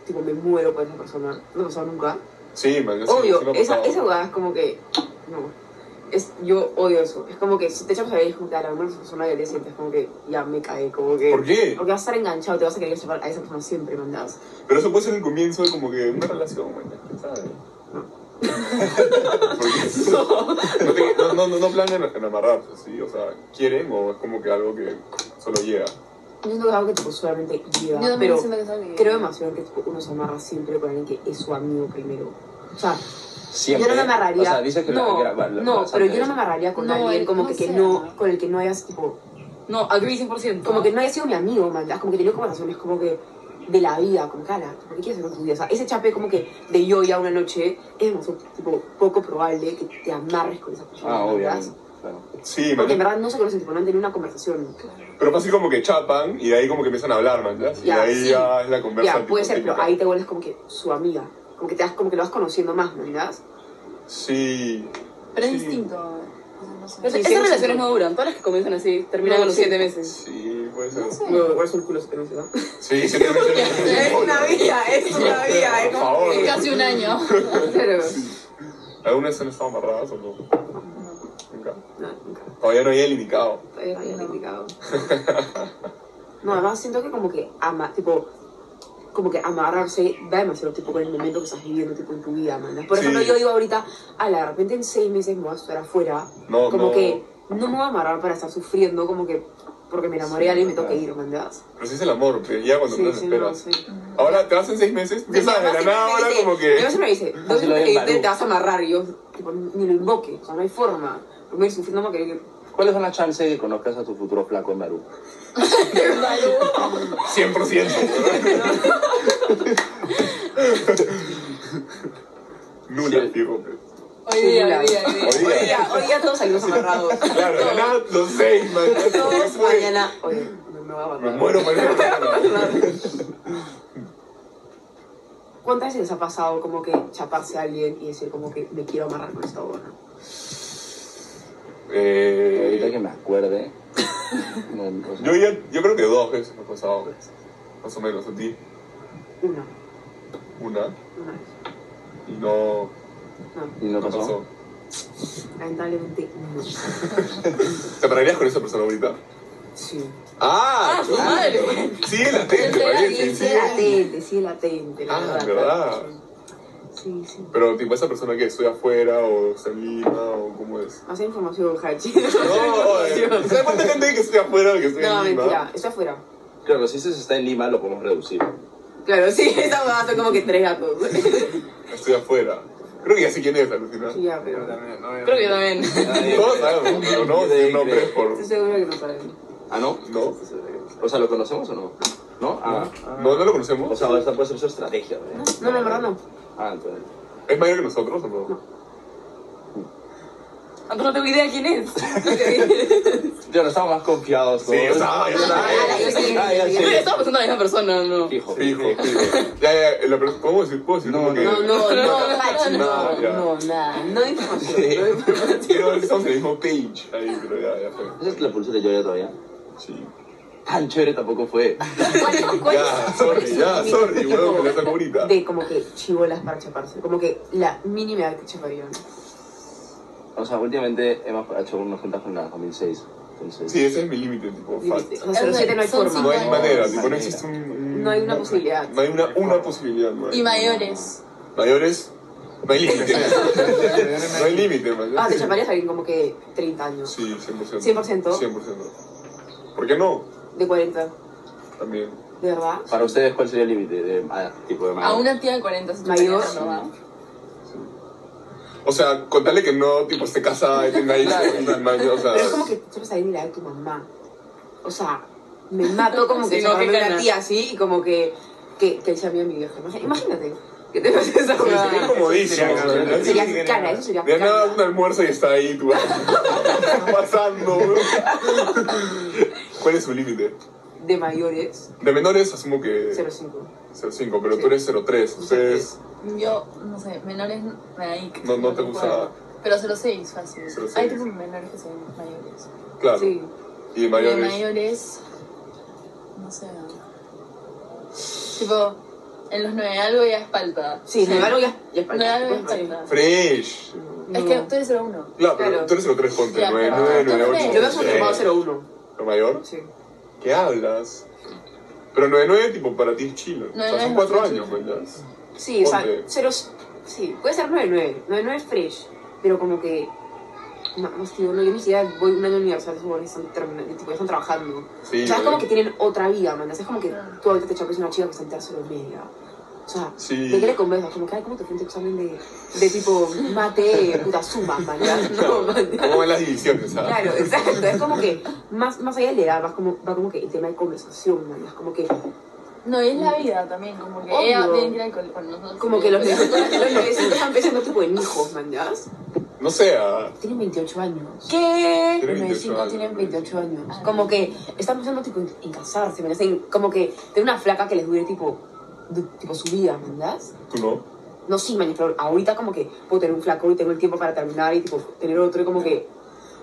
B: tipo, me muero por esa persona, no me pasó nunca.
A: Sí, man. ya sí, sí
B: Obvio,
A: me ha
B: esa,
A: pasado.
B: esa hueá es como que. No. es, yo odio eso. Es como que si te echamos a ver, es como que a la menos una persona adolescente, es como que ya me cae, como que.
A: ¿Por qué?
B: Porque vas a estar enganchado, te vas a querer llevar a esa persona siempre, mandados.
A: Pero eso puede ser el comienzo de como que una relación, güey, ¿quién sabe? Porque- no, te- no, no, no, no planean en amarrarse, ¿sí? O sea, ¿quieren o es como que algo que solo llega?
B: Yo siento que es algo que tipo, solamente lleva.
C: Yo también
B: pero
C: siento que es algo que-
B: creo demasiado que tipo, uno se amarra siempre con alguien que es su amigo primero. O sea,
E: Siempre.
B: yo no me amarraría.
E: O sea, dice que la-
B: no,
E: que la- la- la-
B: no,
E: la-
B: pero yo no me amarraría con
C: No,
B: alguien como
C: no
B: que, que
C: sé.
B: no, con el que no hayas tipo.
C: No, agree 100%.
B: Como que no haya sido mi amigo, mandas, como que tenía conversaciones como que de la vida, con cara, ¿qué quieres hacer con tu vida? O sea, ese chape como que de yo ya una noche es demasiado, tipo, poco probable que te amarres con esa persona.
E: Ah,
B: ¿verdad?
E: obviamente. claro.
A: Sí,
B: Porque en
A: man.
B: verdad no se conocen, tipo, no han tenido una conversación.
A: Pero fácil como que chapan y de ahí como que empiezan a hablar, man. ¿ya? Y de
B: Ya,
A: ahí
B: sí.
A: ya es la
B: Ya,
A: conversa.
B: puede
A: tipo,
B: ser, pero
A: típica.
B: ahí te vuelves como que su amiga. Como que, te das, como que lo vas conociendo más, ¿verdad?
A: Sí.
C: Pero es
A: sí,
C: distinto. O sea, no sé.
D: Pero
B: Sí,
D: esas
B: sí,
D: relaciones
B: sí.
D: no duran, todas las que comienzan así terminan
B: No,
D: a los
B: sí.
D: siete meses.
A: Sí, puede ser.
B: No, por eso el culo se te ¿no?
A: Sí, se te
D: Es una vida, es una vida, es
A: Por
D: como
A: favor.
D: que-
C: Casi un año.
B: Pero,
A: ¿Alguna vez han estado amarradas o no? Nunca.
B: no, nunca.
A: Todavía no hay eliminado.
B: Todavía no había criticado. No, además siento que como que ama, tipo, como que amarrarse va demasiado tipo con el momento que estás viviendo, tipo en tu vida, man. Por
A: Sí.
B: ejemplo, yo digo ahorita, a la de repente en seis meses me voy a estar afuera,
A: No,
B: como
A: no.
B: que no me voy a amarrar para estar sufriendo, como que porque me enamoré de alguien y me tengo que
E: claro.
B: ir, mandas.
A: Pero sí es el amor, pero ya cuando
B: Sí,
A: menos
B: sí, no,
A: esperas.
B: sí.
A: Ahora te vas en seis meses,
B: Mi
A: empiezas de la
B: mamá siempre
A: nada,
B: me
A: ahora
B: dice-
A: como
B: Mi
A: que.
B: mamá siempre me dice, dos
E: se lo
B: meses
E: hayan
B: te, te
E: parado.
B: vas a amarrar, y yo, tipo, ni lo invoque, o sea, no hay forma. Porque me ir sufriendo, no me voy a querer-
E: ¿Cuáles son las chances de que conozcas a tu futuro flaco en Barú?
A: 100%. Nula,
E: Sí.
A: digo.
C: Hoy día, hoy día, hoy día.
A: Hoy día.
B: Hoy día todos salimos amarrados.
A: Claro, de la nada, los seis, man. ¿Qué
B: Todos
A: fue?
B: mañana. Oye, me, me voy a
A: Me
B: matar.
A: muero por él.
B: ¿Cuántas veces les ha pasado como que chaparse a alguien y decir como que me quiero amarrar con esta gorra? Mm.
E: Ahorita
A: Eh,
E: que me acuerde. no, o sea,
A: yo, ya, yo creo que dos veces me ha pasado. Más o menos, a ti.
B: Una.
A: Una.
B: Una vez.
A: Y no,
E: ¿Y no
A: no
E: pasó?
A: pasó.
B: Lamentablemente no.
A: ¿Te pararías con esa persona ahorita?
B: Sí.
A: ¡Ah!
C: su madre.
A: Sigue latente,
C: Literal,
A: parece.
B: Sí,
A: Sigue
C: literal.
B: latente, sí, latente. la
A: Ah, ¿verdad?
B: Sí, sí.
A: Pero, tipo, esa persona que estoy afuera o está en Lima o cómo es.
B: Más información, Hachi.
A: No, eh, ¿sabes cuánta gente que estoy afuera o que estoy
B: No,
A: en Lima?
B: mentira, está afuera.
E: Claro, si ese está en Lima, lo podemos reducir.
B: Claro, sí, esa huevada son como que tres gatos.
A: Estoy afuera. Creo que ya sé quién es, alucinar.
B: Sí, ya,
F: Pero
B: pero.
F: también, no,
C: Creo que yo también.
A: Todos sabemos, pero no
E: Sí,
A: decir nombres
E: creo.
A: por...
B: Estoy segura que no saben.
E: ¿Ah, no?
A: ¿No?
E: O sea, ¿lo conocemos o no? ¿No? Ah.
A: ¿No, no lo
E: O
A: conocemos?
E: sea, esta puede ser su estrategia, ¿verdad?
B: No, no, en verdad no.
E: Ah, entonces.
A: ¿Es mayor que nosotros o no?
C: Antes no tengo idea quién es.
E: Claro, estamos más confiados.
A: Sí, yo estaba, yo estaba.
B: Ah, yo sé,
E: Ah, ya
B: yo sé.
C: Yo
E: sé.
C: estaba pensando en la misma persona, no.
E: Fijo.
A: Fijo, fijo. Ya, ya, ya, la pre- ¿puedo decir? ¿Puedo decir?
E: No,
A: Porque-
B: No, no, no,
A: No,
B: Hachi, no,
A: ya.
B: no, nada, no hay información.
E: Sí.
B: no hay información.
A: Quiero ver si estamos en el mismo page. Ahí, pero ya, ya fue.
E: ¿Esa es la pulsera de Yoya todavía?
A: Sí.
E: Tan chévere tampoco fue.
B: ¿Cuál- cuál
A: Ya,
B: es- cuál es
A: sorry,
B: el
A: ya,
B: mínimo
A: sorry,
B: tipo
A: huevón, que la saco ahorita.
B: De como que chivolas para chaparse, como que la mínima edad que chaparían.
E: O sea, últimamente hemos hecho unas cuentas con la 2006. Entonces,
A: Sí, ese es mi límite, tipo, fact.
B: Límite. O sea, 07 no hay
C: Son
A: No
B: forma.
A: hay
C: No,
A: manera,
E: no
A: tipo,
E: hay
A: no existe un- un...
B: No hay una posibilidad.
A: No hay una, una posibilidad, no hay.
C: Y mayores.
A: Mayores, no hay límite. no hay límite,
B: Ah, te
A: mayores.
B: chaparías a alguien como que 30 años.
A: Sí, 100%.
B: 100%.
A: 100%. ¿Por qué no?
B: De 40,
A: También.
B: de verdad.
E: Para ustedes, ¿cuál sería el límite de ah, tipo de
C: A
E: manera?
C: una tía de 40 es
B: Mayor.
A: O sea, contarle que no, tipo, esté casada y tenga hijos,
E: Claro.
A: tenga hermanos, o sea...
B: Pero es como que te chapas a alguien de la edad de tu mamá. O sea, me mato como que
C: Sí,
B: si
C: no,
B: no,
C: qué
B: una
C: ganas.
B: tía así y como que, que, que él se a mi vieja. Imag- Imagínate que te pases esa
A: Es
B: jugada.
A: comodísimo. ¿no?
F: Sería caro.
B: Sería
F: sí,
B: cara, eso sería
A: De nada,
B: cara.
A: un almuerzo y está ahí, tú. ah, pasando, bro. ¿Cuál es su límite?
B: De mayores,
A: De menores, asumo que...
B: 05.
A: 05, pero
B: Sí.
A: tú eres 03. Ustedes.
C: Yo, no sé, menores ahí.
A: No- no te gusta.
C: Pero 06, fácil.
A: 06.
C: Hay tipos de menores que se ven mayores.
A: Claro.
B: Sí.
A: Y de
C: De
A: mayores.
C: mayores. No sé. Tipo, en los 9 algo ya es palta.
B: Sí, sin embargo ya, ya es
C: 9
B: palta.
C: algo ya es
B: Pues,
C: palta.
A: Fresh.
B: no.
D: Es que tú eres el uno.
A: Claro, pero
B: Claro.
A: tú eres el 3, ponte.
C: Ya,
A: 9,
C: pero-
A: 9, 9,
C: Yo
A: 8.
B: Yo me he confirmado 01.
A: ¿Lo mayor?
B: Sí.
A: ¿Qué hablas? Pero 9-9, tipo, para ti es chilo. O sea,
C: 9-9
A: son
C: es
A: 4
C: mucho.
A: años, pues, ¿verdad?
B: Sí, o sea,
A: Ponte.
B: 0. Sí, puede ser 99. 99 es fresh, pero como que. ma- Más que uno, yo ni siquiera voy un año a la universidad, esos huevones están terminando, tipo, ya están trabajando.
A: Sí,
B: o sea, es
A: ¿no?
B: como que tienen otra vida, ¿no? Es como que tú ahorita te chapes una chica que está en tercero y media. O sea,
A: Sí.
B: ¿de qué le conversas? Como que, ay, ¿cómo te fue en tu examen de, de tipo mate, puta suma, man? ya? No, man, ya.
A: ¿Cómo van las divisiones, ¿ah? sabes?
B: Claro, exacto. Es como que más, más allá de la edad, vas como, va como que el tema de conversación, man. Es como que,
D: No, y es la vida también, como que
C: Obvio.
D: ella tiene que ir al colegio. Bueno, nosotros-
B: Mm. como que los novecientos los novecientos están pensando tipo en hijos, man. ¿ya?
A: No sé, ah,
B: Tienen 28 años. ¿Qué?
A: Tienen 28 años.
B: tienen 28 años. Como que están pensando tipo en, en casarse, man. ya, en- como que tener una flaca que les dure tipo, du- tipo su vida, man. ¿ya?
A: tú no.
B: No, sí, man, pero ahorita como que puedo tener un flaco y tengo el tiempo para terminar y tipo tener otro y como que...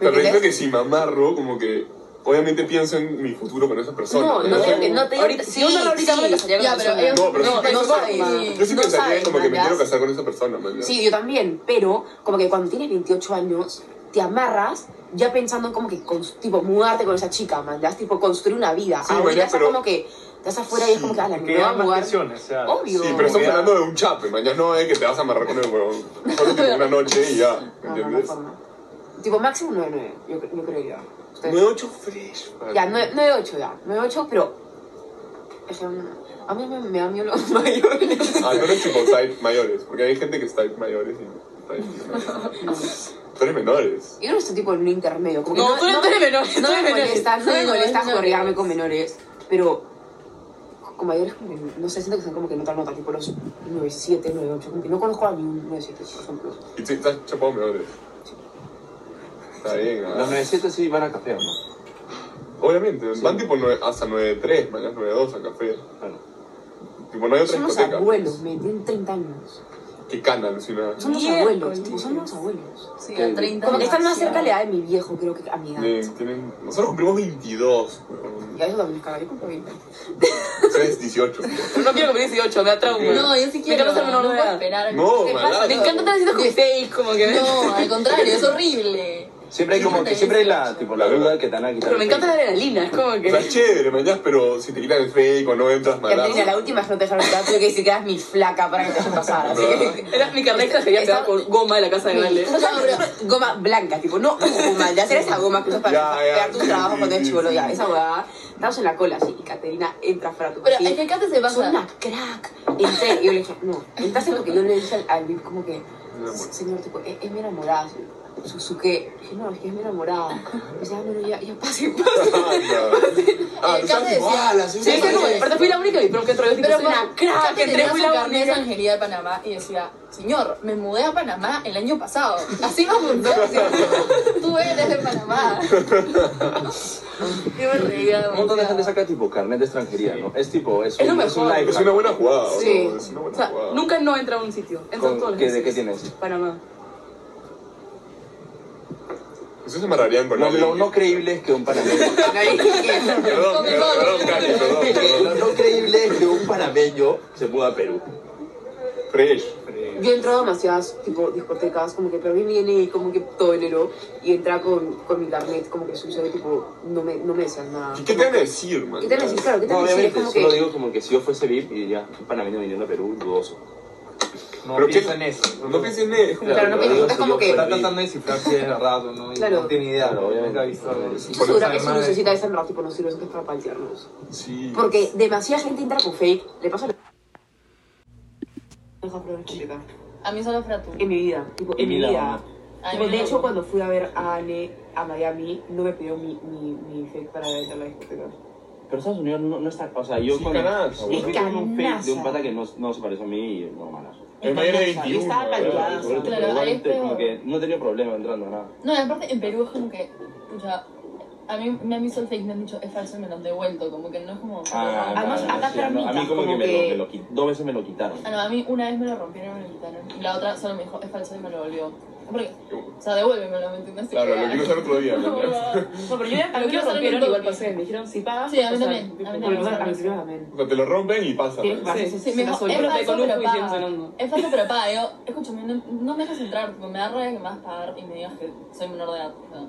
B: ¿me
A: Pero
B: entiendes?
A: es que si me amarro, como que obviamente pienso en mi futuro con esa persona.
B: No, no
A: O sea,
B: digo que no te digo.
C: Ahorita-
B: si yo no lo ahorita no me casaría con
C: Ya,
B: esa
C: pero
B: persona.
C: ellos-
A: No, pero sí
B: no,
A: pienso-
B: soy, man.
A: Yo sí
B: No
A: pensaría
B: saben,
A: como que me
B: man,
A: quiero
B: ya.
A: casar con esa persona, man. ya.
B: Sí, yo también, pero como que cuando tienes 28 años, te amarras ya pensando en como que, cons- tipo, mudarte con esa chica, man, ya es tipo construir una vida.
A: Sí,
B: Ahorita
A: bueno,
B: está
A: pero-
B: como que estás afuera y es como que, a la
F: Que
B: me voy a
F: hay más
B: mudar.
F: presiones, o sea.
B: Obvio.
A: Sí, pero estamos
F: Ya.
A: hablando de un chape, man. Ya no es que te vas a amarrar con el huevón. Solo tipo una noche y ya, ¿me
B: No, no, no hay
A: entiendes?
B: forma. Tipo, máximo 9-9, yo, cre- yo creo ya. Ustedes-
A: 9-8 fresh, man.
B: Ya, 9-8 ya, 9-8, pero... Es que mm, a mí me, me da miedo los mayores.
A: Ah, tú eres tipo type mayores, porque hay gente que es type mayores y type menores. Tú eres menores.
B: Yo no estoy tipo en un intermedio. Como que
C: No,
B: no,
C: tú eres-
B: no
C: tú eres
B: me-
C: menor, tú
B: No me
C: eres menor,
B: molesta,
C: tú
B: no me
C: eres
B: molesta
C: menor.
B: jorearme con menores, pero con mayores, como que no sé, siento que son como que no tan nota, tipo los 97, 98, como que no conozco a ningún 97, por ejemplo.
A: Y tú estás chapado menores. Está bien,
E: Los
A: ah.
E: 97 sí van a café, ¿no?
A: Obviamente, van tipo nueve- hasta 9-3, mañana 9-2 a café.
E: Claro.
A: Tipo, no hay otra
B: Son los
A: discoteca.
B: abuelos, me tienen 30 años.
A: Qué cana, alucinada.
B: Son los
D: Miércoles.
B: abuelos, tipo, son los abuelos.
C: Sí, a 30
B: Como que están más
C: demasiado.
B: cerca de la edad de mi viejo, creo que a mi edad.
A: Bien, tienen... Nosotros cumplimos 22, weón.
B: Y a eso también me caga, yo compro 20.
A: Ustedes 18.
B: No quiero cumplir 18, me da trauma.
C: No, yo sí quiero.
B: encanta ser menor
C: no
B: de
C: puedo
B: edad.
C: esperar. a que-
A: No,
C: ¿Qué pasa?
A: malazo.
C: Me encanta estar haciendo juicio.
B: 16, como que...
C: No, al contrario, es horrible.
E: Siempre hay como que siempre hay la, tipo, la duda que te van a quitar.
B: Pero me
E: el
B: encanta la
E: pelo.
B: adrenalina, es como
A: O
B: que...
A: sea, es chévere, mañana, pero si te quitan el fake o no entras malazo.
B: Catrina, la última vez que no te dejaron entrar, tuve que decir que eras mi flaca para que te dejen pasar. Así que.
D: Era- mi carnet sería
B: Esa-
D: quedar con goma de la casa de Vale.
B: O sea, goma blanca, tipo, no goma, ya hacer esa goma que usas para
A: Ya, ya,
B: pegar tu
A: sí,
B: trabajo
A: sí,
B: cuando
A: sí,
B: es chivolo,
A: sí.
B: ya, esa huevada. Estamos en la cola, sí, y Caterina entra para tu
C: Pero
B: sí,
C: es que Kate se
B: "Sos una
C: pasa.
B: crack. Entré, y yo le dije, no, entraste porque yo le dije al- al VIP como que, señor, tipo, es, es mi enamorada, su, su, su qué. Dije, no, es que es mi enamorada. Y dice, ah, no, no, ya, ya pase, pase.
A: Ah, tú sabes, tipo, ah, la
C: Sí,
A: señora-
C: que no,
D: Aparte fui la única que entró, que entró yo tipo,
C: Pero
D: soy una crack,
C: Kate
D: entré
C: tenía
D: fui
C: su
D: la
C: carnet de
D: única.
C: Angelina de Panamá y decía, señor, me mudé a Panamá el año pasado. Así no funciona. Tú eres de Panamá. Qué barriga.
E: Un montón de gente saca tipo carnet de extranjería, ¿no? Es tipo, es
D: Es lo
E: un, es un
D: mejor.
E: life
A: Es una
E: hack.
A: buena jugada, bro,
B: Sí.
A: Es una
D: O
A: buena
D: sea,
A: jugada.
D: nunca no entra a un sitio, entra a
E: Con-
D: todos los
E: ¿qué- ¿De qué
D: sitios.
E: tienes?
D: Panamá.
A: Eso se amarrarían con
E: Lo,
A: alguien.
E: lo no creíble es que un panameño.
A: Perdón, perdón, perdón, Cari, perdón,
E: lo
A: perdón.
E: no creíble es que un panameño se muda a Perú.
A: Fresh.
B: Yo he entrado a demasiadas tipo, discotecas, como que pero a mí viene y como que tonero y entra con, con mi carnet, como que sucio, tipo, no me, no me decían nada.
A: ¿Y qué te van a decir, man?
B: ¿Qué te van a decir? Claro, ¿qué te
E: No,
B: van a decir? Es
E: obviamente,
B: como
E: solo
B: que.
E: digo como que si yo fuese VIP y diría, un panameño viniendo a Perú, dudoso.
F: No
A: Pero
F: piensa
A: qué-
F: en eso.
A: No pienses en eso.
B: Claro, no pienso,
E: yo
B: es
E: si
B: como
E: yo
B: que-
E: fuera
F: Está
E: VIP,
F: tratando de descifrar si es verdad o no. y
B: Claro.
F: No tiene idea.
E: Claro,
F: no
E: obviamente.
F: ha visto.
B: Yo segura que eso
F: Además de-
B: necesita de esa entrada, tipo, no sirve eso es para paltearnos.
A: Sí.
B: Porque demasiada gente entra con fake, le pasa lo. Esa flor es complicada.
C: A mí solo fratu.
B: En mi vida, tipo,
E: Y
B: en mi
E: la
B: vida.
E: mamá.
C: Ay,
B: Tipo,
C: mi
B: Pues, de hecho,
C: mamá.
B: cuando fui a ver a Ale a Miami, no me pidió mi, mi, mi fake para entrar a la discoteca.
E: Pero Estados Unidos no, no está. O sea, yo
A: Sí,
E: cuando.
A: canazo,
E: yo
B: bro.
E: vi un fake de un
B: Canazo.
E: pata que no, no se pareció a mí y no, malazo.
A: El mayor de
B: Ahí
A: 21.
B: estaba
A: ¿verdad?
B: planteado,
E: Pero
C: Claro, ahí es
E: igualmente,
C: peor.
E: como que no tenía problema entrando nada.
C: No, y aparte en Perú es como que, pucha, A mí me han visto el Face, me han dicho, es falso y me lo han devuelto. Como que no es como.
E: Ah,
B: Además,
E: vale,
B: acá
E: sí, no, A mí
B: tramitan,
E: como que
B: como
E: me lo-
B: que-
E: me lo quitaron. Dos veces me lo quitaron.
C: Ah, no, a mí una vez me lo rompieron y me lo quitaron. Y la otra solo me dijo, es falso y me lo volvió. Porque, o sea, devuélvemelo, ¿me entiendes? Así
A: Claro,
C: que- ah,
A: lo quiero usar otro día. ¿no?
D: No, pero yo a
C: Lo
D: mí me
C: quiero
D: lo
C: salir
D: rompieron
C: en
D: igual
C: toque.
D: pasé. Me dijeron, si pagas.
C: Sí, a mí
D: o sea,
C: también, a mí
D: por
B: Por lo
D: lo
B: menos a mis
D: menos-
B: amigos también.
A: O sea, te lo rompen y pasa.
D: Tienes que
A: pues.
D: pagar.
B: Sí,
D: Sí,
C: Sí, me dijo, es
D: de
C: falso,
D: Coluco
C: pero
D: y seguimos
C: paga.
D: hablando.
C: Es falso, pero paga. Yo, escúchame, no, no me dejas entrar, porque me da rabia que me vas a pagar y me digas que soy menor de edad. o sea.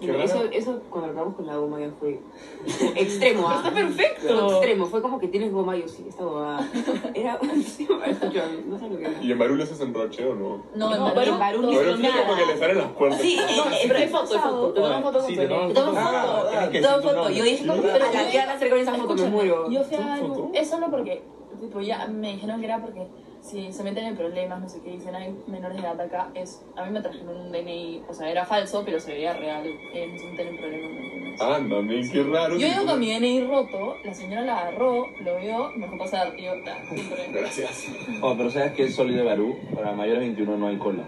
A: Qué
B: Eso,
A: raro.
B: eso cuando hablamos con la goma ya fue extremo. ¿ah?
D: Está perfecto.
B: extremo, fue como que tienes goma, yo sí, esta goma. Era sí, escúchame, no sé lo que era.
A: ¿Y en Barulo se enroche o no?
C: No,
D: No,
C: en Perú,
D: pero-
B: Perú
C: todo-
B: ni
A: Pero es
B: nada.
A: como que le salen las puertas.
D: Sí, eh, eh, pero hay foto, hay foto. Te toman fotos
F: Sí,
D: con
F: te toman
D: Felipe.
F: foto.
B: Tomo foto.
A: Ah, ¿crees que
B: Tomo
A: es un
B: foto.
A: hombre?
B: Yo dije, ¿cómo
A: Pero
B: pero la tía hacer con esa foto? Me
C: Escúchame,
B: muero.
C: Yo fui a
A: ¿Tú, tú, tú?
C: Eso no porque, tipo, ya me dijeron que era porque si se meten en problemas, no sé qué, dicen hay menores de edad acá, es. A mí me trajeron un DNI, o sea, era falso, pero se veía real, eh, no se meten en problemas, ¿me entiendes?
E: Ah,
A: Ándame, qué raro.
C: Yo iba con mi DNI roto, la señora la agarró, lo vio, me dejó pasar, y yo, ah, siempre.
A: Gracias.
E: Oh, pero sabes que es Sol de Barú, para mayores de 21 no hay cola.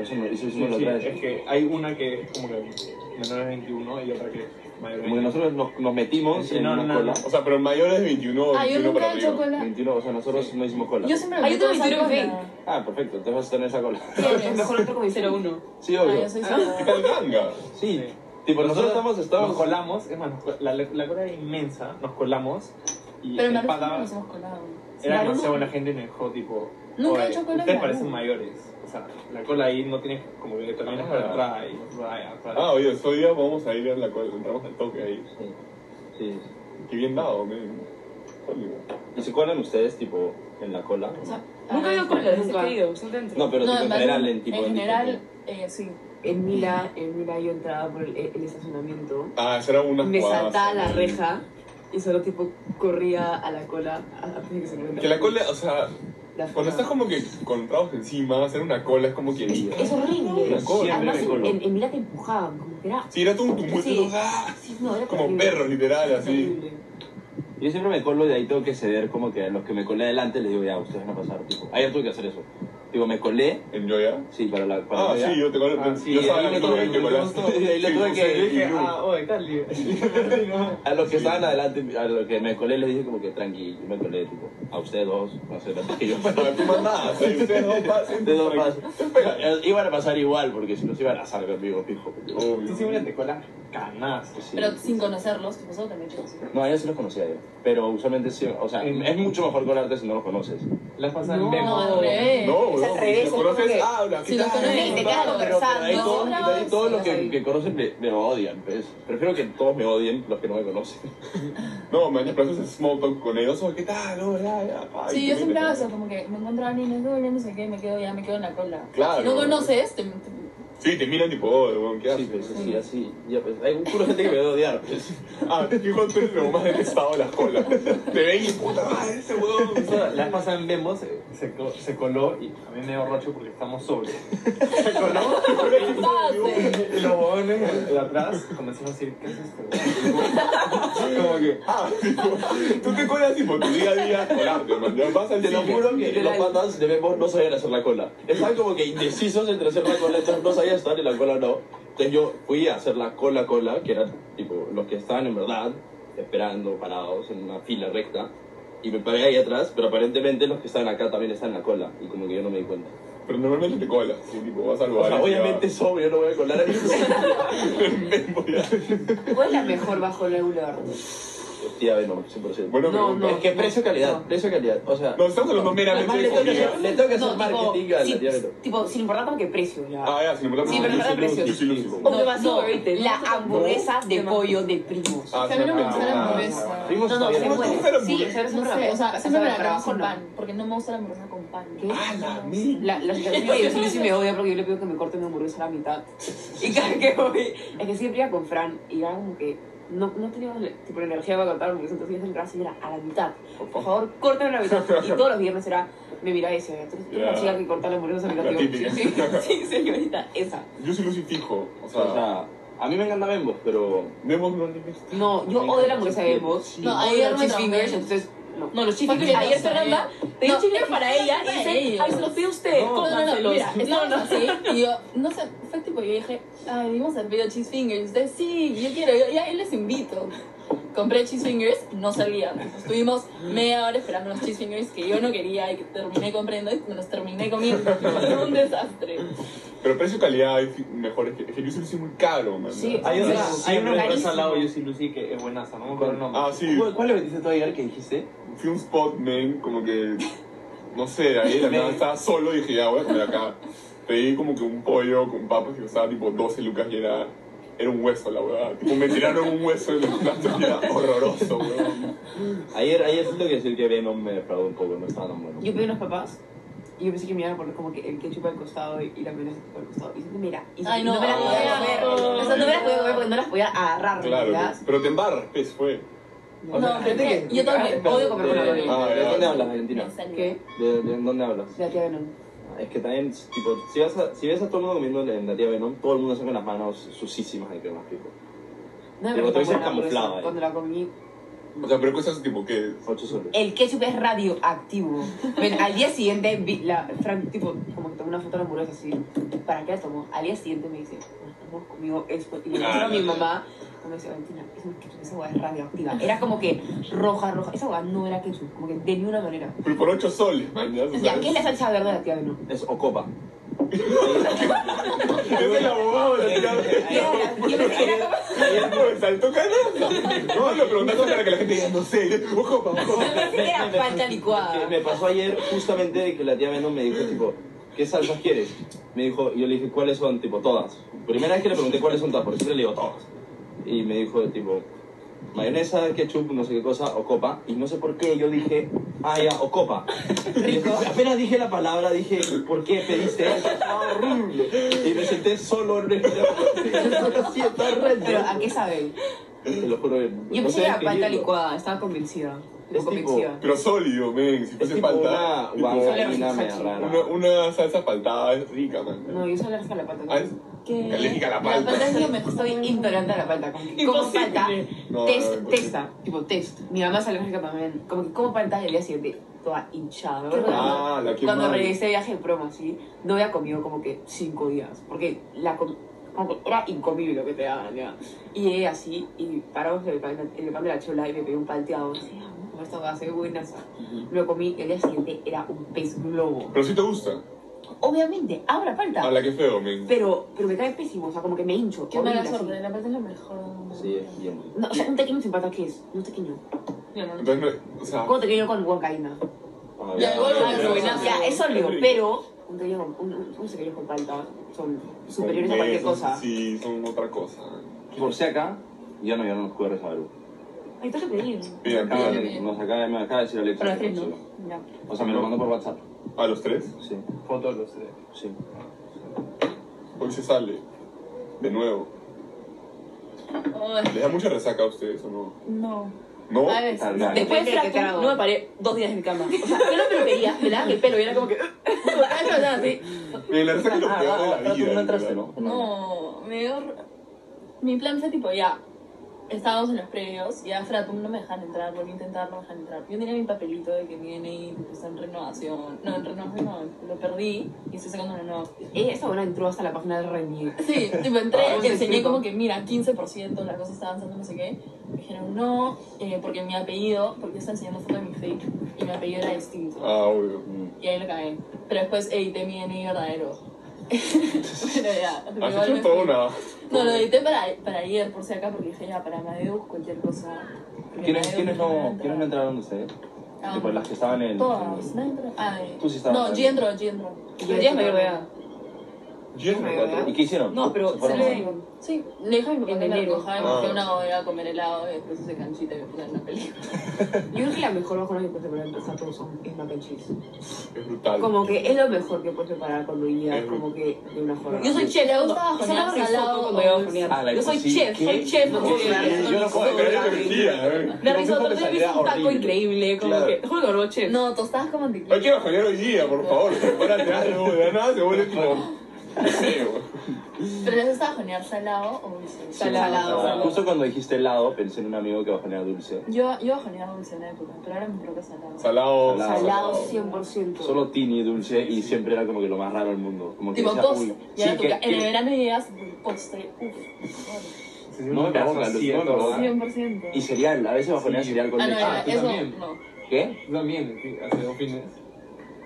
E: Eso no, eso hicimos
F: Sí,
E: la
F: sí,
E: otra vez.
F: es que hay una que es como que menores de 21 y otra que es mayor de
E: Como que
F: 21.
E: nosotros nos, nos metimos
F: Sí,
E: en
F: no,
E: una
F: no,
E: cola.
A: O sea, pero mayores de 21 o
C: Ah, yo
A: 21 para
C: nunca he hecho
A: arriba.
C: cola.
E: 21, o sea, nosotros no hicimos cola.
C: Yo siempre
D: Ah,
C: me
D: yo
C: meto
D: tengo
C: esa
D: 29 en
C: cola.
E: Ah, perfecto, entonces vas a estar en esa cola.
C: ¿Quién es?
D: Mejor otro con mi 01.
E: Sí,
C: Ah,
E: obvio.
C: yo soy sorda.
A: ¿Qué tal ganga?
E: Sí. Tipo, nosotros estamos,
F: Eh, Nos
E: estábamos...
F: colamos, es más, nos col- la, la cola era inmensa, nos colamos y
C: Pero en la
F: el pata-
C: no nos hemos colado.
F: era demasiado buena gente y nos dejó tipo...
C: Nunca he
F: "Oye,
C: hecho cola en
F: Ustedes
C: la
F: parecen
C: U".
F: mayores, o sea, la cola ahí no tienes como que terminas
E: Ah.
F: para atrás y nosotros, "Ay, atrás".
A: Ah, oye, hoy día vamos a ir a la cola. Entramos al toque ahí.
E: Sí.
A: Qué bien dado, men. Jodido.
E: ¿Y se colan ustedes, tipo, en la cola?
D: Nunca he ido con la
B: Ah, Nunca.
D: nunca he ido, siempre entro.
E: No, pero
C: No,
E: tipo, en
C: verdad,
E: general, en tipo...
C: en general,
E: tipo-
C: eh, sí.
B: En Mila, en Mila yo entraba por el, el estacionamiento,
A: Ah, esa era una
B: me saltaba la reja y solo tipo corría a la cola antes de que se me
A: Que la cola, o sea,
B: la
A: cuando estás como que con trabajos encima, hacer una cola es como que...
B: Es horrible.
A: Una cola.
B: Además,
E: Siempre me
B: en,
E: colo.
B: en, en Mila te empujaban, como que era...
A: Sí, era todo un tumulto.
B: Sí.
A: ¡ah!
B: sí, no, era
A: Como
B: terrible.
A: perros, literal, así.
B: Terrible.
E: Yo siempre me colo y de ahí tengo que ceder como que a los que me colé adelante les digo, ya, ustedes van a pasar, tipo. Ayer tuve que hacer eso. Digo, me colé,
A: ¿En Joya?
E: sí, para la... Para
A: Ah,
E: la-
A: sí, yo te conozco.
F: Ah, sí,
A: yo
F: ahí
A: sabía
E: le
A: que
E: tuve-
A: te conozco.
E: ahí le
A: Sí,
E: tuve
A: no
E: que-
A: sé,
F: Yo dije,
A: y yo-
F: ah, oye, Carly. No.
E: A los que estaban adelante, a los que me colé, les dije como que tranqui, yo me colé, tipo, a ustedes dos, va a ser antes que yo.
A: Ah, tú mandabas, ahí ustedes dos pasen.
E: Ustedes dos más. Iban a pasar igual, porque si no se iban a asar conmigo, fijo.
F: Tú
A: Obvio.
F: siempre te colas canas.
E: Sí.
C: Pero sin conocerlos, tipo, solo te metes.
E: No, a ellos sí los conocía yo. Pero usualmente sí, o sea, es mucho mejor colarte si no los conoces.
F: Las pasas
B: No, eh.
C: No, al
F: lejos.
C: revés.
A: No,
B: Es al
A: no,
B: revés,
A: si
B: es
A: lo
B: como
A: conoces,
B: que-
A: habla.
C: si lo conoces,
B: Sí, te
E: No,
B: quedas
E: pero- pero
B: conversando.
E: ahí todos-
C: Otra
E: ahí
C: vez,
E: todos los
B: sí,
E: que,
B: ahí.
E: que conocen me, me odian. pues. Prefiero que todos me odien los que no me conocen.
A: No, man, pero haces small talk con ellos. o ¿Qué tal? No, ya, ya. pa,
C: Sí,
A: y
C: yo
A: te
C: siempre
A: metes.
C: hago eso, como que me encuentro a alguien, no, no sé qué, me quedo ya, me quedo en la cola.
A: Claro.
C: Si no conoces, te, te-
A: Sí, te miran tipo, oh, weón, ¿qué
E: Sí,
A: haces?
E: pues sí, así. Ya, pues, hay un puro gente que me va a odiar. pues.
A: Ah, te fijo, tú eres lo más detestado de las colas. Te ven y puta madre, ese weón.
F: Eso, La vez pasada en Bembo se, se, co- se coló y a mí me dio rocho porque estamos sobrios. Se coló y los bobones de atrás comenzaron a decir, ¿qué es esto? Como que,
A: Ah, tipo, tú te colas tipo tu día a día colarte, man. Ya vas al
E: Te lo
A: cine.
E: juro que los patas de Memo no sabían hacer la cola. Estaban como que indecisos entre hacer la cola, entonces no sabían estar en la cola o no. Entonces yo fui a hacer la cola, cola, que eran tipo los que estaban en verdad esperando, parados, en una fila recta. Y me paré ahí atrás, pero aparentemente los que estaban acá también están en la cola. Y como que yo no me di cuenta.
A: Pero normalmente te colas, sí, tipo, vas al
E: O
A: lugar.
E: sea, obviamente sobrio, no voy a colar a nadie.
B: ¿Cuál es la mejor bajo el regular?
E: Tía, no, 100%.
A: Bueno, pero.
B: No, no.
E: es que precio-calidad,
B: no.
E: precio-calidad. O sea,
A: No, estamos hablando meramente
E: además
A: de
E: le tengo que
A: comida.
E: hacer, le tengo que hacer
B: tipo,
E: marketing a la
B: sin,
E: tía Beno.
B: tipo, sin importar como que precio, ya.
A: Ah, ya, sin importar.
B: Sí, pero para precios.
A: precios.
B: No,
D: Como que más
B: no,
D: overrated, ¿no?
B: la hamburguesa de
D: Demasiado.
B: pollo de primos.
A: Ah,
C: que a mí no me gusta la
A: ah,
C: hamburguesa.
E: Fuimos
B: No, no,
E: todavía
B: se
E: no.
A: puede.
B: muere. Sí, o sea,
C: No sé, o sea, siempre me la
B: trabajo
C: acabo sin
B: no.
C: pan, porque no me gusta la hamburguesa con pan.
B: ¿Qué?
A: Ah, la mil.
B: La, la situación de Zully sí me odia porque yo le pido que me corte mi hamburguesa a la mitad. Y cada que voy, es que siempre iba con Fran y era como que no, no teníamos tipo, la energía para cortar la hamburguesa, entonces yo siempre así era a la mitad. Por favor, córtame la mitad. Y todos los viernes era, me miraba y decía, tú eres la
A: Ya.
B: chica que corta la hamburguesa a la
A: La
B: mitad. Y yo, Sí,
A: típica.
B: sí, señorita, esa.
A: Yo soy Lucy fijo. O
E: O
A: sea,
E: sea, a mí me encanta Bembos, pero
A: Demos no le gusta.
B: No, yo
E: Venga,
B: odio la hamburguesa de Bembos.
C: No,
B: No,
C: ahí
B: odio
C: no
B: los
C: me
B: cheese
C: traumé.
B: fingers, entonces no. ¿no?
C: No, los
D: Porque
C: chifles.
D: ayer Fernanda pedí
C: No,
D: chile
C: es
D: para
C: que
D: ella
C: es
D: y
C: para
D: dice,
C: ellos.
D: ay, se los pide usted.
F: No,
C: No, no, no,
D: Marcelos.
C: mira,
D: no,
C: estábamos así y yo, no sé, fue tipo, yo dije, ay, vimos al pedido cheese fingers, y ustedes, sí, yo quiero, yo, ya, les invito. Compré cheese fingers, no salían. Estuvimos media hora esperando los cheese fingers que yo no quería y que terminé comprando y me los terminé comiendo. Fue un desastre.
A: Pero precio-calidad hay fi- mejores que... Es que Lucy Lucy es muy caro, man.
B: Sí.
F: Hay una,
B: Sí,
F: hay una empresa
B: carísimo.
F: al lado de Lucy Lucy que es buenaza, no me acuerdo el nombre.
A: Ah, sí.
E: ¿Cuál le metiste tú ayer que dijiste?
A: Fui a un spot, man, como que... No sé, ahí de la nada estaba solo y dije, ya voy a comer acá. Pedí como que un pollo con papas que costaba tipo 12 lucas y era... Era un hueso, la verdad. Tipo, me tiraron un hueso en el plato y era horroroso, weón.
E: Ayer, ayer siento que decir que Venom me defraudó un poco, no estaba tan bueno.
B: Yo pedí unos papás y yo pensé que me iban a poner como que el ketchup al costado y la mayonesa al costado. Y dije, mira, y
C: Ay, no.
B: me las podía comer. O sea, no me las podía comer porque no las podía agarrar,
A: Claro,
B: ¿verdad?
A: pero te embarras, pues, fue.
E: O sea,
C: No, pero
E: gente
C: es que yo también
E: Ah,
C: odio comer
E: de-
C: con la
E: ah,
C: bolilla.
E: ¿De
A: ya.
E: dónde hablas, Valentina?
C: Me salió.
B: ¿Qué?
E: ¿De, de dónde hablas? Ah,
B: La tía Venom.
E: Es que también, tipo, si, vas a- si ves a todo el mundo comiendo en la tía Venom, todo el mundo saca las manos sucísimas de crema tipo.
B: No me
E: Pero tú
B: pareció
E: dices
B: tan buena,
E: camuflada,
B: pero
E: eh.
B: Cuando la comí,
A: O sea, pero cosas tipo que...
E: 8 soles.
B: el ketchup es radioactivo. Ven, al día siguiente, vi la, Frank, tipo, como que tomó una foto de la hamburguesa así. ¿Para qué la tomó? Al día siguiente me dice, tomamos conmigo esto. Y le mostró
E: Ah,
B: a mi mamá. y Me dice, Valentina, es un ketchup, esa hueá es radioactiva. Era como que roja, roja. Esa hueá no era ketchup, como que de ninguna manera.
A: Pero por 8 soles, man, ya, o sea,
B: Ya, ¿qué es la salsa verde de la tía Venom?
E: Es Ocopa.
A: Es el abogado de la tía Venom.
B: Era, era como-
A: Ayer no me saltó canasta. No, lo preguntaste para que la gente diga, no sé, ojo, pa, ojo.
B: era palta licuada.
E: Que me pasó ayer justamente de que la tía Venom me dijo, tipo, ¿qué salsas quieres? Me dijo, y yo le dije, ¿cuáles son? Tipo, todas. Primera vez que le pregunté cuáles son todas, porque siempre le digo todas. Y me dijo, tipo, mayonesa, ketchup, no sé qué cosa, o copa. Y no sé por qué yo dije, ah, ya, o copa. Y después, apenas dije la palabra, dije, ¿por qué pediste eso? Estaba horrible. Y me senté solo en el Así, estaba horrendo.
B: Pero, ¿a qué sabe?
E: Te lo juro.
B: Yo pensé que era palta licuada, estaba convencida.
E: Es tipo-
B: convencida.
A: Pero sólido, men, si
E: Es
A: fuese
E: tipo
A: falta.
E: una
A: tipo,
E: guangarina media rara.
A: Una, una salsa faltada es rica, man.
B: No, yo solo le la palta.
A: Ah, es-
C: ¿Qué?
A: Alérgica a la palta.
B: La palta es lo mejor. Soy intolerante a la palta. Como que como
C: Imposible.
B: palta,
A: No, no,
B: test,
A: no, no.
B: testa, tipo test. Mi mamá es alérgica también. Como que como palta y el día siguiente toda hinchada. ¿no?
C: Qué
B: Cuando-
A: Ah, la que
B: Cuando
A: mal.
B: regresé de viaje de promo, así, no había comido como que cinco días. Porque la com- como que era incomible lo que te daban, ya. Y llegué así y paramos en el pan, en el pan de la chola y me pedí un palteado. Así, "Ah, como esto va a ser buena. Me Lo comí y el día siguiente era un pez globo.
A: Pero si te gusta.
B: Obviamente, ahora palta.
A: A la que feo, men.
B: Pero, pero me cae pésimo, o sea, como que me hincho.
C: Qué
B: horrible,
C: mala
B: así.
C: suerte, la parte es la mejor. del mundo.
E: Sí, es bien.
B: No, o sea, un tequeño sin pata, ¿qué es? Un tequeño.
C: Yo no.
A: Entonces, no- o sea,
B: Un tequeño con huancaína.
E: Ah,
C: Ya, igual lo
A: Pero-
C: arruinaste.
B: Ya, es sólido,
A: rico.
B: pero un tequeño con, un, un, un tequeño con palta son
A: son
B: superiores a cualquier
A: besos,
B: cosa.
A: Sí, son otra cosa.
E: Por si acá, ya no, ya no nos cubre esa Aru.
B: Ay, tengo que pedir.
A: Mira,
E: Acaba
A: acá,
C: bien,
E: de-
C: bien.
E: Nos acaba, me acaba de decir Alexa.
C: Pero
E: que
C: así no.
E: no sé.
C: Ya.
E: O sea, me lo mandó por WhatsApp.
A: a los tres,
E: Sí,
F: Fotos los tres.
E: sí.
A: hoy se sale. De nuevo.
C: Ay,
A: ¿Les da mucha resaca a ustedes o no?
C: No.
A: ¿No?
C: A veces.
E: Tal vez.
D: Después
B: Depende
D: de
B: de qué
D: Franco,
B: trago.
D: no me paré dos días en mi cama. O sea, yo no me lo quería, me daba mi pelo y era como
C: uh,
D: que... me tocaba el pelo, nada, así.
A: Mira, La resaca es lo
E: Ah,
A: peor de la
E: ah, ah, tú
A: vida.
E: no
A: en
E: entraste,
A: verdad.
E: ¿no?
C: No, me dio... r- Mi plan fue tipo, ya, estábamos en los previos y a Fratum no me dejan entrar, volví a intentar, no me dejan entrar. Yo tenía mi papelito de que mi DNI tipo, está en renovación. No, en renovación no, lo perdí y estoy sacando uno nuevo.
B: Ella, Eh, esa buena entró hasta la página de Renier.
C: Sí, tipo entré,
B: Ah,
C: le enseñé
B: explico.
C: como que, mira, 15%, la cosa está avanzando, no sé qué. Me dijeron, no, eh, porque mi apellido, porque yo estaba enseñando foto de mi fake y mi apellido era distinto.
A: Ah, obvio.
E: Mm.
C: Y ahí lo cagué. Pero después edité mi DNI verdadero. Pero
E: Ah,
C: ya, igual
A: Has hecho
C: me
A: toda
C: fui.
A: una...
C: No, lo edité para, para ayer, por si acá, porque dije ya, para Amadeus, cualquier cosa. Porque
E: ¿Quiénes,
C: Amadeus
E: quiénes
C: me
E: no,
C: entra.
E: ¿Quiénes no entraron ustedes?
C: Ah,
E: Tipo, las que estaban en...
C: Todas, nadie entró. Ah, eh.
E: Tú sí estabas
C: No,
E: ahí.
C: G entró, G entró.
B: Pero
D: Pero ya es mayor de edad.
A: Yo no me acuerdo.
E: ¿Y qué hicieron?
D: No, pero
E: ¿Se
D: se
E: fueron?
D: le...
C: Sí, le dije a mi papá
B: En
C: que la
B: enero.
C: recojaba y
A: Ah.
C: me fui a una bodega a comer helado y después hice canchita y me puse en una película.
B: Yo creo que la mejor vacuna que puedes preparar en casa todos son es mac and cheese.
A: Es brutal.
B: Como que es lo mejor que puedes preparar cuando guías,
A: Es-
B: como que de una forma.
D: Yo soy chef,
C: Le
D: no,
C: gusta
D: no, solo
C: bajonear
D: risotto
C: salado
D: cuando
C: o-
D: voy a bajonear.
E: Ah, la
D: Yo soy
E: cosí,
D: chef,
E: ¿qué?
D: soy chef. no
A: Sí,
D: puedo creer.
A: Yo no puedo creer que
D: La
A: mentira.
D: risotto,
E: me
D: pero me
E: salía
D: hizo un taco
E: horrible.
D: increíble, como
E: Claro.
D: que... Juro que lo chef.
C: No, tostadas con mantequilla.
A: Hay que bajonear hoy día, por favor. Prepárate algo. De la nada se vuelve tipo.
C: ¿Pero les gusta bajonear salado o dulce?
D: Salado.
E: Ah, Justo cuando dijiste helado, pensé en un amigo que bajonea dulce.
C: Yo, yo bajoneaba dulce en una época, pero ahora me provoca salado.
A: Salado.
E: Salado.
B: Salado 100%.
E: Solo Tini dulce y siempre era como que lo más raro del mundo. Como que
C: Tipo
E: decía,
C: postre.
E: uy,
C: Y
E: sí,
C: ahora
E: que-
C: tu ca- en el
E: que-
C: verano llegas postre. Uf,
E: No me provoca, no me provoca.
C: 100%.
E: Y cereal, a veces bajonea
F: Sí.
E: cereal con
C: Ah, no,
E: leche.
C: era-
F: Ah, tú
C: eso
F: también.
C: no.
E: ¿Qué?
F: También, sí, hace dos fines.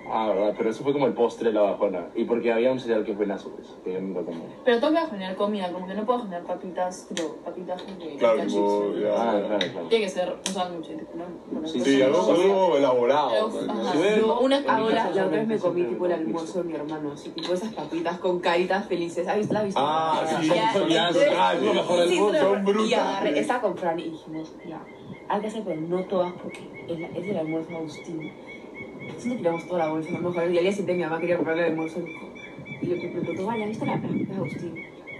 E: Ah, verdad, pero eso fue como el postre de la bajona. Y porque había un cereal que es buenazo, pues, que yo nunca comí.
C: Pero tengo que bajonear comida, como que no puedo bajonear papitas, tipo, papitas de
A: Claro,
C: de
A: tipo,
C: chips.
A: ya.
E: Ah, claro, claro.
C: Tiene que ser un sándwich, tipo, no, no,
E: Sí,
C: no,
A: Sí,
C: no,
A: algo,
C: no,
A: algo Ah, elaborado.
C: Ajá.
A: man.
E: Sí,
C: No, una
B: Ahora,
C: ahora
B: la otra vez me comí tipo el almuerzo de mi hermano, así tipo esas papitas con caritas felices. ¿Has visto? ¿Las has visto?
A: Ah, sí,
B: Ya,
A: son
B: ya,
A: las
B: sí,
A: lo mejor del
B: sí,
A: mundo.
B: son-
A: Son brutas.
B: Y agarré, estaba con Fran y dijimos, ya, hay que hacer, pero no todas, porque es, la- es el almuerzo de Agustín. Entonces nos tiramos toda la bolsa, no mejor. Y al día siguiente mi mamá quería comprarle el almuerzo. y dijo- Y le le preguntó, vale, ¿has visto la planta de Agustín?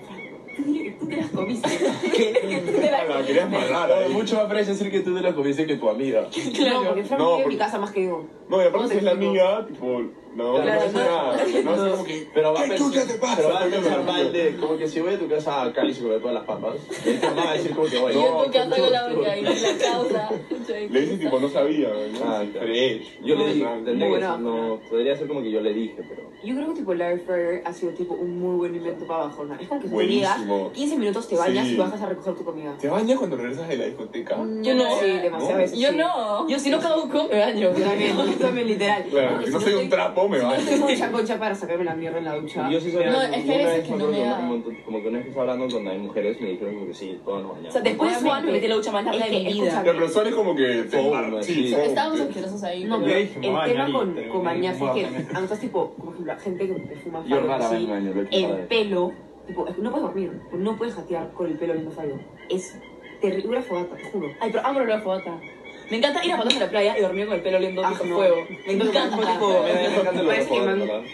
B: Fran, Tú dile que tú te las comiste. que tú te las
A: Ah, La querías
B: comiste.
A: malar
E: Claro,
A: ahí.
E: mucho más parece decir que tú te la comiste que tu amiga.
B: No, porque Fran
A: No,
B: vive en
A: porque-
B: mi casa más que yo.
A: No, y aparte
B: No,
A: si es la
B: sí, no.
A: amiga, tipo, no, no
E: Claro,
A: hace nada. No hace como que...
E: Pero va a
A: ¿Qué
E: pensar,
A: chucha te pasa?
E: pero va a pensar mal de, como que si voy a tu casa a Cali y se come todas las papas, y tu mamá va a decir como que voy.
C: Y yo
A: No,
C: en tu casa
E: tú-
C: con la
E: tú-
C: margarina, la causa.
A: Le dice tipo, no sabía, ¿no?
E: Ah,
A: Sí,
E: claro.
A: fresh.
E: Yo le dije,
A: Ah,
E: tendría que
B: Bueno.
E: ser- no, podría ser como que yo le dije, pero...
B: Yo creo que tipo el air fryer ha sido tipo un muy buen invento para bajona. Es como que tú llegas,
A: Buenísimo.
B: 15 minutos te bañas
A: Sí.
B: y bajas a recoger tu comida.
A: ¿Te bañas cuando regresas de la discoteca?
E: Mm.
C: Yo no.
B: Sí, demasiadas
A: No.
B: veces.
C: Yo
B: sí.
C: no.
B: Yo si no caduco, me baño. Yo también, yo también, literal.
A: Claro,
B: Porque
A: si no
B: si
A: soy un
B: estoy-
A: trapo, me
B: No
A: baño.
B: estoy concha concha para sacarme la mierda en la ducha.
E: Yo sí soy
C: No, es que hay
E: una
C: veces
E: vez
C: que no me
E: acuerdo
C: da.
E: un montón- como que una vez que estaba hablando con hay mujeres me dijeron como que sí, todas nos
D: O sea,
E: bañamos.
D: después Juan me metió la ducha más larga de mi vida.
A: La persona es como que...
E: Foma,
A: mar-
E: sí.
A: foma.
C: Estábamos asquerosos ahí.
B: No,
C: pero-
B: pero
F: Yo
B: el
F: dije, me voy a
B: tema
F: bañar y
B: con,
F: terminé
B: con bañarse es que
F: muerta.
B: anotas tipo, como ejemplo, gente que te fuma
E: Yo
B: faro,
E: rara vez
B: así,
E: me baño, lo he hecho rara
B: el
E: vez.
B: pelo, tipo, es que no puedes dormir, no puedes jatear con el pelo oliendo a faro. Es terrible, una fogata, te juro.
D: Ay, pero amo la nueva fogata. Me encanta ir a fotos a la playa y dormir con el pelo oliendo
B: Ah,
D: tipo
B: no.
D: fuego. Me
B: Me
D: encanta.
B: encanta.
E: A mí me encantan los
B: Parece que me
E: recuerdos,
B: han
E: ¿verdad?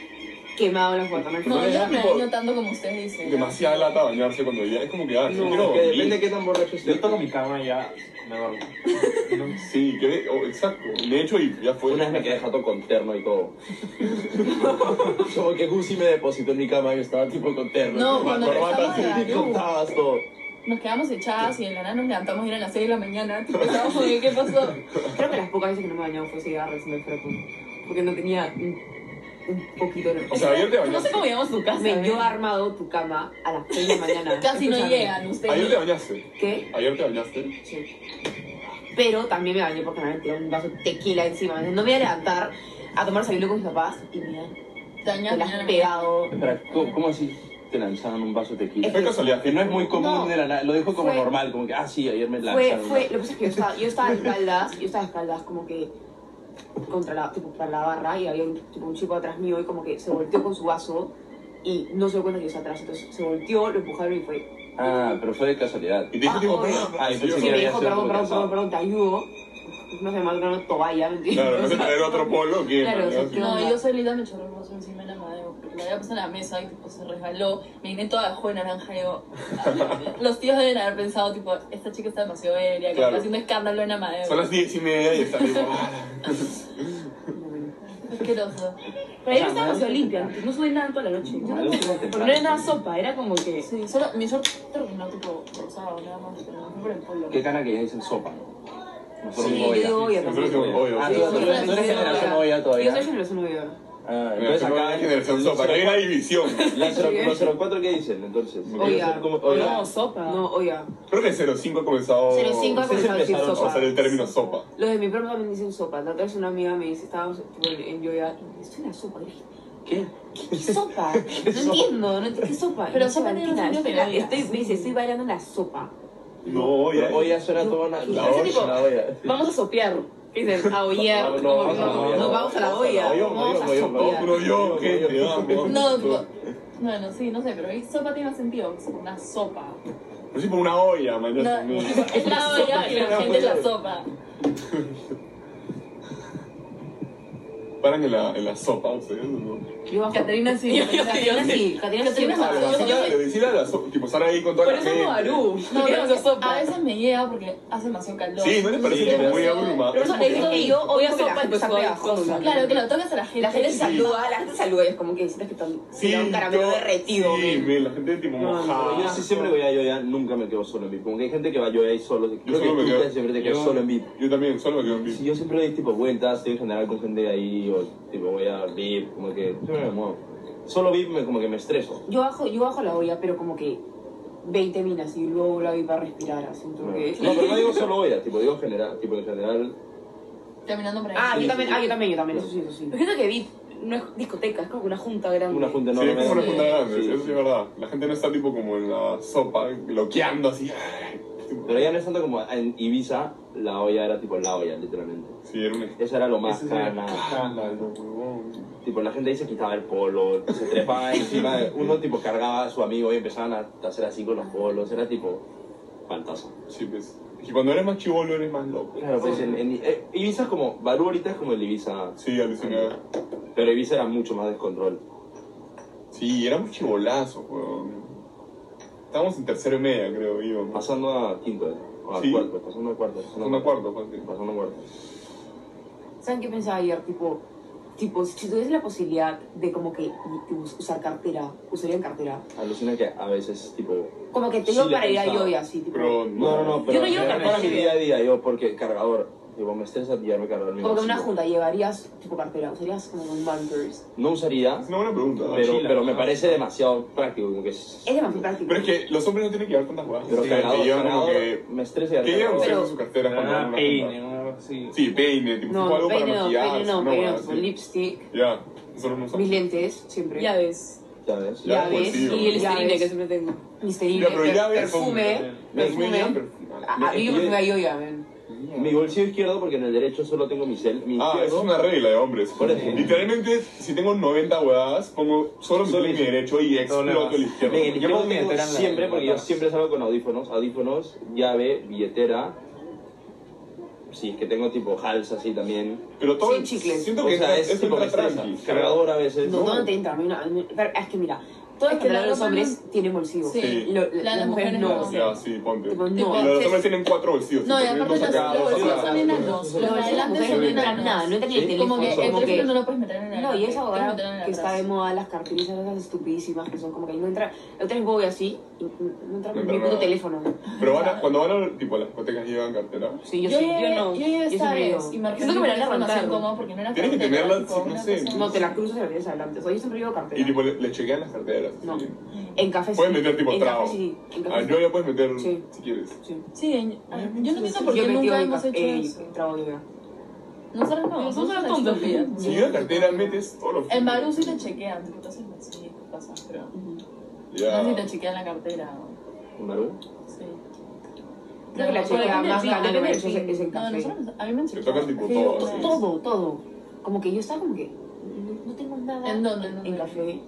B: quemado la fogata, no
C: No,
A: Pero
C: yo
A: ya,
C: no me
A: tipo,
C: baño tanto como ustedes dicen.
A: Demasiada lata bañarse cuando ya es como que... Ah, sí,
B: No,
A: quiero
E: Que depende de
A: dormir.
E: qué tan borracho estés.
F: Yo toco mi cama y ya me duermo. No,
A: Sí, que... oh, exacto. De hecho, y ya fue.
E: Una vez me quedé jato con terno y todo. Como que Gusi me depositó en mi cama y estaba tipo con terno.
C: No,
E: con
C: cuando regresamos
E: corbata,
C: de
E: así,
C: la
E: con
C: luz.
E: tabas, todo.
C: Nos quedamos echadas y de la nada nos levantamos y eran las 6 de la mañana. Tipo, estábamos como que, ¿qué pasó?
B: Creo que las pocas veces que no me bañaba fue cigarro recién el frappé, porque no tenía un, un poquito de...
A: O sea, ayer te
C: No sé
A: bañaste.
C: cómo llegamos a su casa.
B: Men,
C: ¿eh?
B: yo he armado tu cama a las 6 de la mañana.
C: Casi no
B: Escúchame.
C: llegan
A: Ayer te
C: ustedes.
A: bañaste.
B: ¿Qué?
A: Ayer te bañaste.
B: Sí. Pero también me bañé porque me habían tirado un vaso de tequila encima. No me voy a levantar a tomar desayuno con mis papás y me han
C: Daña-
B: me la has pegado.
E: Espera, ¿cómo, cómo así te lanzaron un vaso de tequila?
A: Fue casualidad.
E: Que no es muy común
B: No.
E: de la nada. Lo dijo como
B: Fue-
E: normal, como que, ah, sí, ayer me
B: Fue,
E: lanzaron.
B: fue, lo que pasa es que yo estaba, yo estaba de espaldas, yo estaba de espaldas como que contra la, tipo, para la barra y había un, tipo, un chico atrás mío y como que se volteó con su vaso y no se dio cuenta que yo estaba atrás. Entonces se volteó, lo empujaron y fue.
E: Ah, pero fue de casualidad.
A: Y te dije,
B: Ah,
A: tipo,
B: obvio.
A: perdón,
E: Ay,
A: perdón,
E: pensé
B: Y
E: que
B: me
E: había
B: dijo,
E: sido
B: perdón, perdón, perdón,
E: embarazado.
B: perdón, te ayudo. No sé, más una toalla, ¿me entiendes?
A: Claro, no
B: O
A: se
B: sea,
A: traer otro polo que.
B: Claro,
A: ¿no?
B: o sea,
C: No, yo solita me chorré un vaso encima de la madre porque la había puesto en la mesa y tipo se resbaló. Me vine toda de jugo de naranja y yo. Los tíos deben haber pensado, tipo, esta chica está demasiado ebria, que
A: Claro.
C: está haciendo escándalo en Amadeo.
A: Son las diez y media y está tipo. ah,
C: Asqueroso.
D: Pero ayer estaba demasiado limpia, no sudé nada en toda la noche.
E: Malo,
D: Porque no era nada sopa, era como que...
C: Sí, solo mi short terminó tipo rosado, nada más, pero no fue por el polo.
E: Qué cana que ya dicen sopa. Nosotros
A: Sí,
B: yo
E: olla.
B: digo olla
A: Nosotros
B: también.
A: decimos, obvio.
E: Ah,
A: sí.
E: tú, tú eres tú eres generación olla
B: Yo
E: todavía.
B: soy generación novedora.
E: Ah, entonces
A: Entonces
E: acá
A: acá es generación sopa, que hay una división.
E: La cero- ¿Los 04 qué dicen entonces?
A: Olla.
E: Debe ser como-
D: No,
E: olla.
D: sopa.
B: No, oiga.
A: Creo que 05 ha comenzado
B: 05 ha
E: ustedes
B: comenzado a decir
E: empezaron
A: a
B: sopa.
A: usar el término sopa.
B: Lo de mi propio también dicen sopa. La otra vez una amiga me dice, estábamos tipo, en en Yoya, y me dice, estoy en la sopa. Y dije,
E: ¿Qué?
B: ¿Qué sopa? No entiendo, no entiendo. ¿Qué sopa? Y
C: Pero
B: me
C: sopa
B: dice,
C: tiene
B: "Valentina,
C: un
B: estoy-
C: signo que no
B: estoy- Me dice, estoy bailando en la sopa.
A: No,
E: Olla.
A: olla.
E: Olla suena toda una... La
D: Ese
E: olla.
D: tipo-
E: La olla.
D: Vamos a sopear.
B: ¿Qué dicen? A ollar.
E: No,
B: No, no,
E: no, no,
B: no,
E: no,
B: no, vamos a la olla.
E: olla,
B: Vamos a
E: olla, olla.
B: sopear.
A: Puro yo, que te amo.
C: No, tipo. Bueno, sí, no sé, pero ahí sopa tiene más sentido, es una sopa.
A: Es tipo una olla, man. ya
C: No,
A: también.
C: tipo, es la olla y la gente es la sopa.
A: paran en la, en la sopa ustedes, ¿o no?
B: Yo bajo.
D: Caterina sí.
C: Yo- yo-
D: Caterina
C: yo-
D: sí. Caterina sí.
C: Caterina
A: A la
C: Yo-
A: Sara, le
C: yo-
A: decía a la sopa, tipo, Sara ahí con toda
D: Por
A: la
D: eso
A: gente.
D: no Barú.
C: No,
D: Queremos
C: no,
D: la sopa.
C: a veces me llega porque hace demasiado calor.
A: Sí, ¿no le parece
E: Sí,
A: como
E: pero
A: muy
C: eso-
A: abrumado?
C: pero
A: Es
C: eso
A: como que-
C: es-
D: Y yo voy
B: Porque
D: a
B: la
D: sopa y
B: gente
D: pues
B: está
D: voy a
B: pegajosa.
D: joda.
C: Claro, que lo tocas a la gente.
B: La gente
C: sí.
B: saluda, la gente saluda y es como que sientes que están
A: Sí,
B: un caramelo
A: yo-
B: derretido.
A: Sí, men, la gente tipo
F: No, no,
A: mojada.
E: Yo sí siempre voy a Yoya, nunca me quedo solo en VIP. Como que hay gente que va a Yoya y solo. Creo
A: solo me
E: que tú
A: quedo-
E: te- siempre te quedas
F: yo-
E: solo en VIP.
A: Yo también, solo me quedo en
E: Si
A: vivo.
E: yo siempre doy tipo vueltas, estoy en general con gente ahí, o tipo voy a VIP, como que siempre me muevo. Solo VIP me, como que me estreso.
B: Yo bajo, yo bajo la olla, pero como que 20 minas y luego la vi para respirar, así como que...
E: No, pero no digo solo Oya, tipo digo general, tipo en general.
C: Terminando por ahí.
B: Ah, yo también, ah, yo también, yo también,
E: Sí.
B: eso sí, eso sí.
D: Pero siento que VIP no es discoteca, es como una junta grande.
E: Una junta
A: Sí,
E: enorme.
A: es como una junta grande,
E: Sí.
A: eso sí es verdad. La gente no está tipo como en la sopa, bloqueando así. Tipo,
E: Pero ya no es tanto como en Ibiza, la olla era tipo la olla, literalmente.
A: Sí, era un
E: Eso era lo más
F: Ese es el
E: cana.
F: escándalo.
A: huevón.
E: Tipo, la gente ahí se quitaba el polo, se trepaba encima de uno, tipo, cargaba a su amigo y empezaban a hacer así con los polos. Era tipo, fantasma.
A: Sí, pues. Es que cuando eres más chivolo eres más loco.
E: Claro, pues en, en- eh, Ibiza es como, Barú ahorita es como el Ibiza,
A: Sí, alucinada.
E: pero Ibiza era mucho más descontrol.
A: Sí, éramos chivolazos, weón. Estábamos en tercero y media, creo, íbamos.
E: Pasando a quinto, o a
A: Sí.
E: cuarto, pasando a cuarto.
A: Segundo a cuarto, fácil.
E: Pasando a cuarto.
B: ¿Saben qué pensaba ayer? Tipo, tipo, si tuviese la posibilidad de como que us- usar cartera, usarían cartera.
E: Alucina que a veces, tipo,
B: Como que te
E: Sí,
B: digo
E: le
B: para ir a
E: pensaba.
B: yo y así, tipo...
A: Pero
E: No, no, no, pero
B: Yo no llevo
E: para
B: cargador.
E: mi día a día, yo, porque cargador, digo, me estresa llevarme cargador. en mi
B: Como que en una
E: bolsillo.
B: junta llevarías tipo cartera, usarías como un bumpers.
E: No usaría,
A: Es una buena pregunta.
E: pero,
F: mochila,
E: pero me
F: ¿no?
E: parece demasiado práctico, como que es...
B: Es demasiado práctico.
A: Pero es que los hombres no tienen que llevar tantas huevas.
E: Pero
A: Sí,
E: cargador,
A: que llevan como
E: cargador,
A: que.
E: me estresa
A: ¿Qué llevan
E: cargador.
A: ustedes
B: Pero-
A: en sus carteras cuando van a
F: Ah,
A: una
F: peine,
A: junta?
F: una cosa así.
A: Sí, peine, tipo
B: No,
A: algo para
B: peine no,
A: maquillarse,
B: peine no,
A: una
B: peine
A: huevada
B: no,
A: así.
B: lipstick,
A: Ya, nosotros no usamos.
B: mis lentes, siempre.
D: Llaves.
E: ¿Sabes?
A: Ya,
B: llaves
A: pues sí,
D: Y el
B: Llaves.
D: esterine que siempre tengo.
B: Mis teriles,
A: Ya, pero
B: per-
A: ya ves,
B: perfume.
A: Ya, es muy
B: perfume.
A: bien, pero-
B: A a mí yo me fui a yo ya, ven.
E: Mi bolsillo izquierdo, porque en el derecho solo tengo mi cel, mi
A: Ah, eso
E: izquierdo...
A: es una regla de hombres.
E: Por eso.
A: Literalmente, si tengo 90 huevadas, pongo solo mi
E: Solo
A: clic en mi
E: eso.
A: derecho y exploto
F: Problemas.
A: el
E: Ven, el
A: izquierdo.
F: Yo
E: izquierdo
F: pongo mi
E: tengo
F: billetera en la-
E: siempre, porque yo
F: atrás.
E: siempre salgo con audífonos, audífonos, llave, billetera, sí, que tengo tipo hals así también,
A: Pero todo.
B: Sí, chicles.
A: Siento que
E: o sea,
A: entra-
E: es
A: eso
E: tipo me
A: entra
E: estresa,
A: tranqui.
E: cargador a veces,
B: No, ¿dónde te entra? A mí no- a mí- pero es que mira, todos
C: Es que la
B: los
C: ropa
B: hombres tienen bolsillos.
C: Sí.
A: Sí.
B: Lo- la- las mujeres no.
C: te-
A: Ya, sí, ponte.
B: Tipo,
C: Tipo,
B: no.
A: Pero los hombres tienen cuatro bolsillos.
C: No, y
A: tipo, dos
C: aparte los,
A: acá,
C: los
A: dos
C: bolsillos
A: acá.
C: son enanos. Los
B: Los
C: de
B: bolsillos
C: adelante
B: mujeres no
C: son
B: entran nada, no
C: enanos.
B: entran ni el
E: Sí,
C: Como
B: teléfono.
C: que el
B: como que-
C: teléfono no lo puedes meter en el
B: No, y
C: adelante,
B: esa
C: tienes
B: ahora
C: meterlo en el
B: que está
C: atrás.
B: de moda, las carterizas esas estupidísimas que son como que ahí no entra, no entra el bobo y así, y no entra
A: No
B: mi
A: entra
B: puto
A: nada.
B: teléfono.
A: Pero van a- cuando van a tipo, a las discotecas llevan cartera.
B: Sí, yo,
C: Yo,
B: sí,
C: llegué-
B: yo no.
C: yo llegué esta
B: siempre
C: vez
B: llevo.
C: y me
B: Siento que me la han arrancado.
C: como porque no era
A: Tienes que
C: cartera,
A: tenerla,
C: tipo,
A: no
C: una
A: sé.
C: cosa-
B: No, te la cruzas y la tienes adelante. O sea, yo siempre llevo cartera.
A: Y tipo, le, le chequean las carteras.
B: No.
A: así.
B: en café sí.
A: Puedes meter tipo
B: en
A: trago.
B: Café, sí, en café
A: Ah, yo ya puedes meter
B: Sí.
A: si quieres.
B: sí.
C: Sí, en- ah, yo no entiendo
B: Yo
C: por qué
B: metí
C: nunca
B: hoy
C: hemos
B: café
C: hecho
B: y
C: eso.
B: trago yo ya.
C: Nosotros no,
D: Nosotros
C: nosotros
D: somos
C: somos
D: tontos.
C: estúpidas.
A: Si yo la cartera metes todo lo
C: En Barú sí te chequean, tipo, entonces me sí, qué pasa, pero...
A: Ya.
C: No sé si te chequean la cartera o...
E: Maru.
C: Sí.
B: Creo que la
C: No,
B: chica
C: depende
B: más
C: del
B: gana
C: fin,
B: que me
C: depende
B: ha hecho es
C: del
B: es en
C: fin. No,
B: café.
C: nosotros, a mí me han
A: Te
C: chequeado.
A: tocan tipo
C: Sí,
A: todo,
C: yo-
A: así.
C: todo.
B: Todo, todo. Como que yo estaba como que no no tengo nada
C: ¿En dónde? ¿En dónde?
B: en café.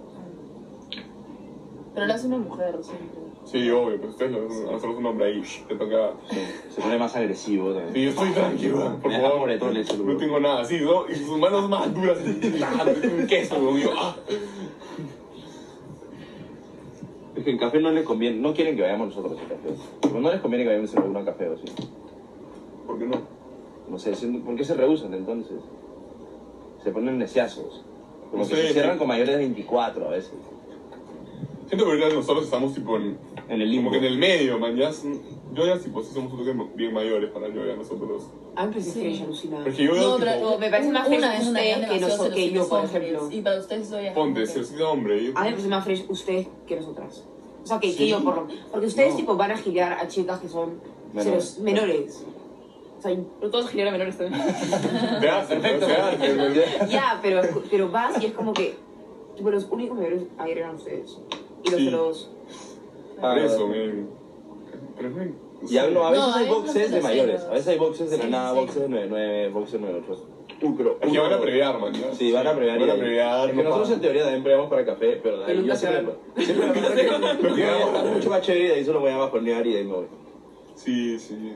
C: Pero lo hace una mujer siempre.
A: Sí, obvio, pues ustedes lo- a nosotros un hombre ahí, te toca.
E: Se pone más agresivo también.
A: Sí, yo estoy tranquilo, por
E: Me deja
A: favor.
E: moretón el celular.
A: No tengo nada, sí, ¿no? Y sus manos más duras. Un queso, weón, y yo, ah.
E: Es que en café no le conviene, no quieren que vayamos nosotros a café. Tipo, No les conviene que vayamos a algún café o así.
A: ¿Por qué no?
E: No sé, se- ¿por qué se rehusan entonces? Se ponen neciazos. Como
A: No
E: que
A: sé,
E: se cierran
A: sí.
E: con mayores de 24 a veces.
A: Siento que ahorita nosotros estamos tipo en.
E: En el
A: Como
E: limbo.
A: que en el medio, man. Ya, son- yo ya, tipo, sí somos un toque bien mayores para yo, ya nosotros.
B: A mí me parece
C: Sí.
B: fresh, alucinada.
A: Porque yo veo, tipo,
B: me parece más
C: una
B: feliz
C: vez una
B: ustedes
C: vez
B: que
C: demasiado
B: nosotros- que yo,
C: celosos
B: por
C: hombres.
B: ejemplo.
C: Y para ustedes soy es como
A: ponte,
C: que-
A: si eres un hombre. yo-
B: A mí me parece más fresh ustedes que nosotras. O sea, que, que yo por lo Porque ustedes
E: No.
B: tipo van a gilear a chicas que son
E: Menores.
B: ceros- menores. O sea,
D: Pero todos gilean a menores también.
A: Te hace,
E: Perfecto,
A: te hace,
E: perfecto.
A: weón.
B: ya, pero, pero vas y es como que tipo, los únicos mayores ayer eran ustedes. Y los
A: Sí.
B: ceros-
E: Ah,
A: Por eso, man. Pero es muy-
E: Y hablo, a veces
C: No, a
E: hay
C: veces
E: boxes
C: no
E: de
C: se
E: mayores.
C: los-
E: A veces hay boxes de la
C: Sí,
E: nada,
C: sí.
E: boxes de 99, boxes de 98. Uh, pero.
A: Es que van a
E: uh,
A: previar, man. ya.
E: Sí, van a previar.
A: Van a
E: y-
A: previar,
E: Es
A: no
E: que nosotros
A: pagan.
E: en teoría también pregamos para café, pero de ahí
D: Pero nunca
E: yo
D: se
E: siempre. Siempre me pasa que yo voy a estar mucho más chévere y de ahí solo voy a bajonear y de ahí me voy.
A: Sí, sí.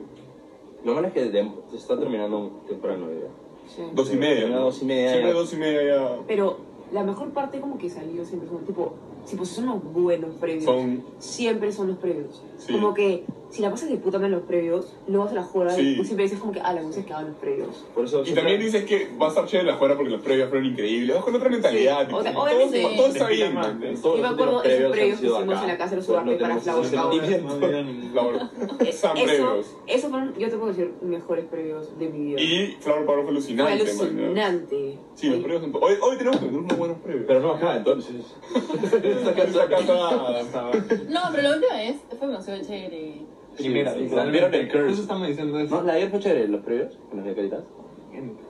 E: Lo malo es que de- se está terminando temprano ya.
B: Sí.
A: Dos y media.
E: Una
A: ¿no?
E: dos y media.
A: Siempre dos y media ya.
B: Pero la mejor parte como que salió siempre son, tipo, si pues son los buenos previos.
A: Son.
B: Siempre son los previos.
A: Sí.
B: Como que si la pasas de puta madre en los previos, luego vas a la joda
A: Sí.
B: y siempre dices como que, ah, la música quedaba en los previos.
E: Por eso
A: Y también dices que vas a estar chévere la fuera porque los previos fueron increíbles. Vas con otra mentalidad.
B: Sí.
A: tipo,
B: O sea,
A: todo,
B: obviamente-
A: todo- todo está bien,
F: Respira
A: man.
F: más.
E: Todos
B: Yo me
E: los
B: acuerdo de esos previos
E: últimos previos
B: que
E: han sido
B: hicimos
E: acá.
B: en la casa de los
E: Pues no
B: Ugarte para
E: tenemos
B: Flower
E: ese
B: Power.
E: sentimiento.
A: La verdad. San
B: Eso,
A: previos.
B: eso fueron, yo te puedo decir, mejores previos de mi vida.
A: Y Flower Power fue
B: Fue
A: alucinante, man, ¿no?
B: alucinante.
A: Sí, los previos son. Hoy, hoy tenemos que tener unos buenos previos.
E: Pero no acá, entonces. Esta
A: Esta
E: casa-
A: casa-
F: Estaba-
C: No, pero la última vez fue demasiado chévere.
F: Primera,
E: sí,
F: literalmente.
E: rompieron el curse.
F: Eso estamos diciendo
E: ¿No?
F: eso.
E: ¿La de ayer fue chévere, los previos? ¿En las de Caritas?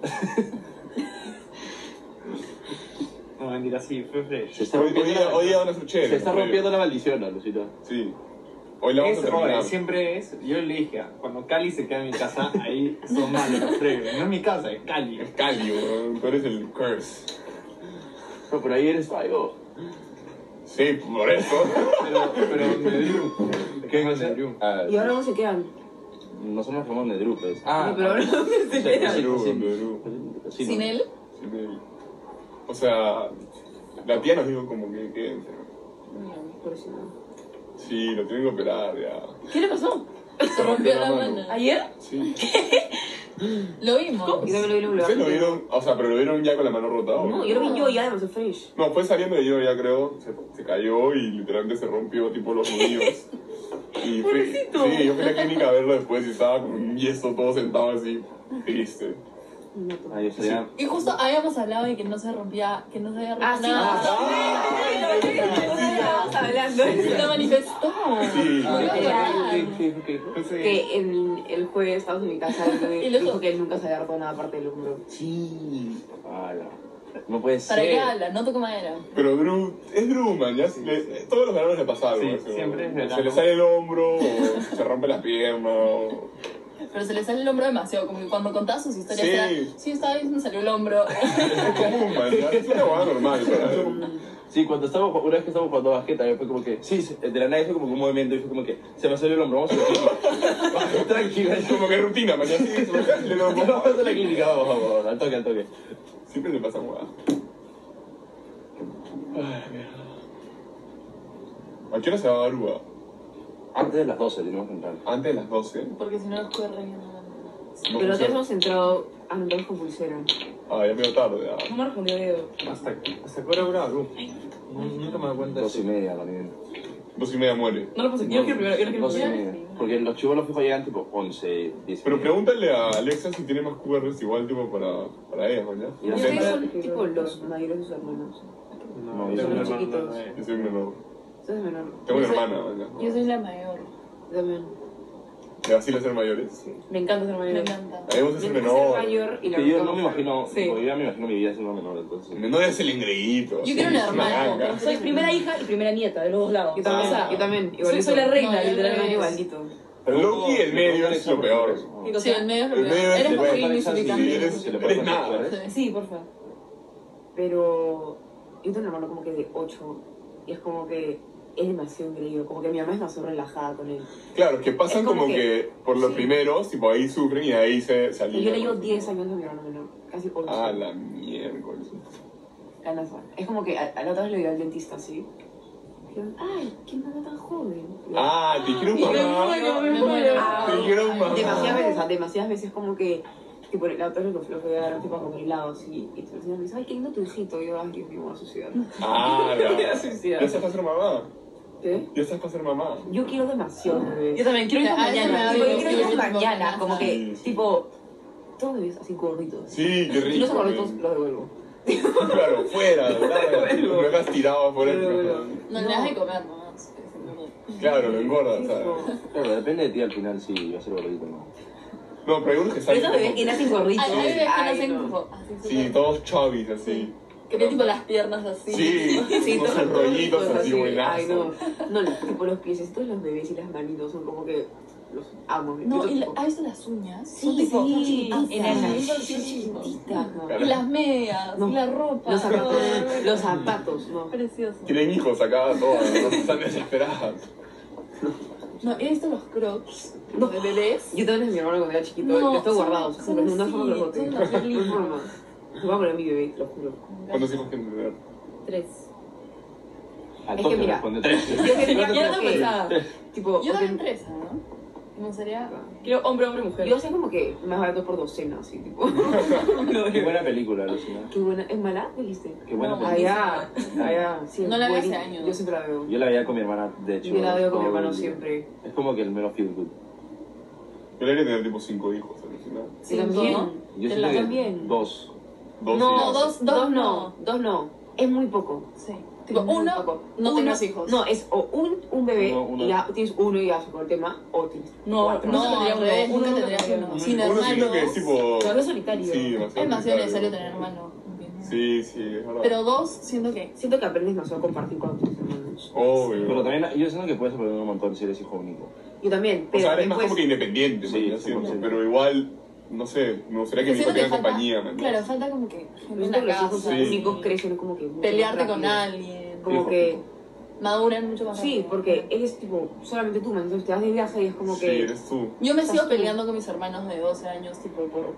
F: No, mentira, sí, fue fresh.
E: Se está
A: Hoy, hoy,
E: rompiendo
A: día-
E: la-
A: hoy día van a ser chéveres.
E: se está
A: los previos.
E: rompiendo la maldición, Alucita.
A: Sí. Hoy la vamos
F: Es-
A: a terminar.
F: oye, siempre es, yo le dije, ah, cuando Cali se queda en mi casa, ahí son malos los previos. No es mi casa, es Cali.
A: Es Cali, weón. Tú eres el curse.
E: No, por ahí eres algo.
A: Sí, por eso.
F: Pero, pero me dio. ¿Qué me dio?
E: Ah,
B: ¿Y ahora dónde se quedan?
E: no somos como de Drew, pues.
B: No, pero ahora dónde se
E: Sí,
B: quedan.
E: sí,
A: Perú,
E: sí.
A: Perú.
E: Sí,
C: Sin
E: ¿no?
C: él,
A: Sí, me- O sea, la tía nos dijo como que quédense. ¿no?
B: Por eso no.
A: Sí, lo tienen que operar ya.
C: ¿qué le pasó? Se rompió la
A: mano.
C: mano.
B: ¿Ayer?
A: Sí.
C: Lo vimos.
B: Yo también lo vi en un
A: ¿Ustedes lo
B: lugar.
A: vieron? O sea, pero lo vieron ya con la mano rota. ¿o
B: No, yo lo vi yo y además es fresh.
A: No, fue saliendo de yo ya creo, se, se cayó y literalmente se rompió tipo los nudillos. Y fui, sí, yo fui a la clínica a verlo después y estaba con un yeso todo sentado así, triste.
B: No,
E: Ah, yo estoy ya.
C: Y justo habíamos hablado de que no se rompía, que no se había roto
B: Ah, sí.
C: nada.
B: Ah, sí, estábamos hablando de
C: Se
B: eso.
C: lo manifestó.
A: Sí,
C: Ah,
A: sí.
B: Que en el jueves estábamos en mi casa y
C: Y
B: me
C: luego-
B: dijo que él nunca se había hartado nada aparte del hombro.
A: Sí.
E: Ala. Ah, No puede
C: Para que
E: ser.
C: habla, no toco madera.
A: Pero Drew, es Drew, man, ya le- todos los veranos le pasa algo.
F: Sí,
A: eso.
F: siempre es
A: Se le
F: verano.
A: sale el hombro, o se rompe la pierna, o...
C: Pero se le sale el hombro demasiado, como que cuando contaba sus historias
A: Sí.
C: era, sí, estaba bien, se me salió el hombro.
A: Es común, man, ya, es una huevada normal. para él.
E: Sí, cuando estábamos, una vez que estábamos jugando basqueta, fue como que, sí, se- de la nada fue como que un movimiento y fue como que, se me salió el hombro, vamos a la clínica. Tranquila,
A: Es como que es rutina, man, ya sí, se me sale el hombro.
E: vamos a la clínica, vamos, vamos, vamos, al toque, al toque.
A: Siempre le pasa huevada. ¿A qué hora se va a Aruba?
E: Antes de las 12 tenemos que entrar.
A: Antes de las 12.
C: Porque si no, nos corren.
A: No
B: Pero nosotros
A: funciona.
B: hemos entrado a andar con pulsera.
A: Ah, ya es medio tarde. ah.
B: No me respondió Edo.
F: ¿Hasta hasta qué hora habrá, Bru? No- Nunca me doy cuenta de
E: 12
F: eso.
E: y media también.
A: Dos y media muere.
B: No lo puse. Yo lo quiero primero, yo lo quiero
E: 12 y
B: primero.
E: media. Porque los chivos los fijos llegan tipo 11, 10.
A: Pero pregúntale a Alexa si tiene más QRs igual tipo para, para ella, ¿no?
E: Y
A: Yo
E: así-
B: Ustedes son tipo los mayores de sus hermanos.
F: No,
E: Son
F: tengo un hermano,
B: chiquitos.
F: no, eh.
A: soy un menor.
B: Ustedes menor.
A: Tengo una
C: Yo soy-
A: hermana, ¿no?
C: Yo soy la mayor.
B: También.
A: ¿Le vacila ser mayores?
B: Me encanta ser mayor.
C: Me encanta.
A: Ahí vamos a
B: Me
A: ser
B: encanta
A: menor.
B: ser mayor y la
E: que yo
B: verdad-
E: no me imagino,
B: Sí.
E: tipo, yo ya me imagino mi vida siendo menor, entonces.
A: Menor es el ingredito.
C: Yo quiero un hermano.
A: ganga.
D: Soy primera hija y primera nieta de los dos lados.
B: Yo también,
D: O sea,
B: yo también.
D: soy,
B: Igualito.
D: soy la reina,
C: No, yo
D: literalmente.
C: también.
B: Igualito.
E: Pero
A: Loki,
E: como-
A: el medio es lo peor.
E: Ah.
D: Digo,
C: Sí, el medio es lo
A: El medio
C: peor.
A: es
C: Eres
A: el
C: más
A: peor. Sí,
C: insignificante.
A: eres- eres nada.
D: Sí, por favor.
B: pero yo tengo un hermano como que de 8 y es como que es demasiado increíble, como que mi mamá es demasiado relajada con él.
A: Claro, que pasan
B: Es
A: como,
B: como
A: que,
B: que-
A: por los
B: sí.
A: primeros, tipo ahí sufren y ahí se
B: Y
A: salen.
B: yo le llevo 10 años a mi hermano menor, casi 8.
A: Ah, la miércoles.
B: NASA. Es como que a, a la otra vez le dio al dentista, ¿sí? Dijeron, Ay, qué mamá tan joven.
A: Ah, te quiero un
B: Y me
A: mamá.
B: muero, Ah, me
C: Me
B: muero.
C: muero.
A: Te quiero un mamá.
B: Demasiadas veces, ah, demasiadas veces como que, tipo, la otra vez lo, lo fui a dar a un tipo a comer helados y, y el señor me dice, ay, qué lindo tu hijito. Y yo, ay, Dios mío, me voy a suicidar.
A: Ah,
D: Voy a
A: la. Ya
D: suicidar.
A: estás para ser mamá.
B: ¿Qué?
A: Ya estás para ser mamá.
B: Yo quiero demasiado, bebé.
D: Yo también quiero ir
C: Ah, eso me
D: mañana.
C: da
B: Tipo, yo creo que es mañana, como que,
C: Sí, sí, sí, sí, sí.
A: Sí.
B: tipo, todos los bebés así gorditos.
A: Sí, qué
B: Si no
A: rico.
B: son gorditos,
A: man.
B: los devuelvo.
A: Claro, fuera, claro. Lo dejas tirado por el.
C: No le das de comer nomás.
A: Claro, lo engordas,
B: Tipo,
A: ¿sabes?
E: Claro, depende de ti al final si va a ser gordito o no.
A: No, pero hay unos que
B: Pero
A: salen.
B: esos bebés que
A: como-
B: nacen
C: Hay
B: gorditos.
C: hay bebés que
B: ay,
C: nacen
B: no.
C: tipo ah,
A: Sí,
C: así súper-
A: todos chavis así.
C: Que tienen tipo las piernas así.
A: Sí,
B: Sí,
A: con
B: todos
A: sus rollitos
B: gorditos,
A: así,
B: Ay, no.
A: buenazos.
B: No, los- tipo, los piecitos de los bebés y las manitos son como que los amo.
C: No,
B: Yo
C: y la, ah,
B: tipo,
C: ¿has visto las uñas?
B: Sí,
C: Son tipo-
B: sí,
C: son chiquititas.
B: enanas.
C: Ah, Son chiquititas.
B: no.
A: Claro.
C: Y las medias,
B: No.
C: y la ropa.
B: Los
C: todo.
B: zapatos, los zapatos, no.
C: Precioso.
A: Tienen hijos acá, todas, ¿no? están desesperadas.
C: No, he visto los crocs, los de bebés.
B: Yo también es mi hermano cuando era chiquito,
C: No,
B: los tengo
C: son-
B: guardados,
C: son
B: como que no
C: así,
B: forma los botes.
C: son así
B: No hay
C: lindos.
B: forma. Los voy a poner a mi bebé, lo juro.
A: ¿Cuántos hijos tienes de edad?
C: Tres.
E: Al
B: que
E: toque
B: mira,
E: responde tres.
B: Yo
C: Ya
B: quería
C: no
B: como que,
C: pensaba.
B: tipo,
C: Yo también
B: ok,
C: tres, ¿no? Me gustaría. Quiero hombre, hombre, mujer.
B: yo sé como que más barato por docena, así, tipo.
E: Qué buena película, Lucina.
B: Qué buena, ¿es mala? Dijiste.
E: Qué buena
C: No,
E: película.
B: Allá, allá, sí.
C: No la vi hace
B: buenísima.
C: años.
B: Yo siempre la veo.
E: Yo la veía con mi hermana, de hecho.
B: Yo la veo con mi
E: todo
B: hermano
E: el día.
B: siempre.
E: Es como que el menos feel good.
A: Yo le haría tener tipo cinco hijos, alucinado.
C: Cinco.
B: También.
E: Yo
C: Te
E: siento
C: la
E: que
B: también.
E: Dos.
A: Dos
C: No,
A: hijos.
C: dos,
B: Dos no, dos no. Es muy poco.
C: Sí.
B: Tipo,
C: Tipo,
B: uno,
C: uno, no
B: uno-
C: tengas hijos.
B: No, es o un, un bebé
E: No, uno.
B: y ya tienes uno y ya se acabó el tema, o tienes
C: No,
B: cuatro.
C: no, al revés,
B: Uno
C: nunca
B: no
C: tendría
B: tendría
C: uno.
B: uno.
C: Sin
A: Uno siento que es
C: hermanos.
A: tipo...
D: Solo solitario.
A: Sí,
D: Sí.
A: demasiado.
C: Es demasiado
A: solitario.
C: necesario tener hermano.
A: Sí, sí, es verdad.
C: Pero dos, siento que.
B: Siento que aprendes demasiado a compartir con tus hermanos.
A: Obvio.
E: Pero también yo siento que puedes aprender un montón si eres hijo único.
B: Yo también,
A: o
B: pero
A: sea, eres más
B: después...
A: como que independiente,
E: Sí,
A: ¿no? Sí,
E: 100%.
A: pero igual, no sé, me gustaría que mi hijo
C: siento que
A: tenga
C: falta-
A: compañía, ¿no?
C: Claro, falta como que.
B: siento
C: Una
B: que los hijos
C: casa.
A: Sí.
B: únicos crecen como que... mucho más
C: Pelearte con
B: rápido.
C: alguien.
B: Como
E: Hijo
B: que...
E: único.
C: Maduran mucho más.
B: Sí,
C: rápido.
B: porque él es tipo solamente tú, man, entonces te vas de viaje y es como
A: Sí,
B: que...
A: eres tú.
C: Yo me sigo
B: Estás tú.
C: peleando con mis hermanos de 12 años, tipo, por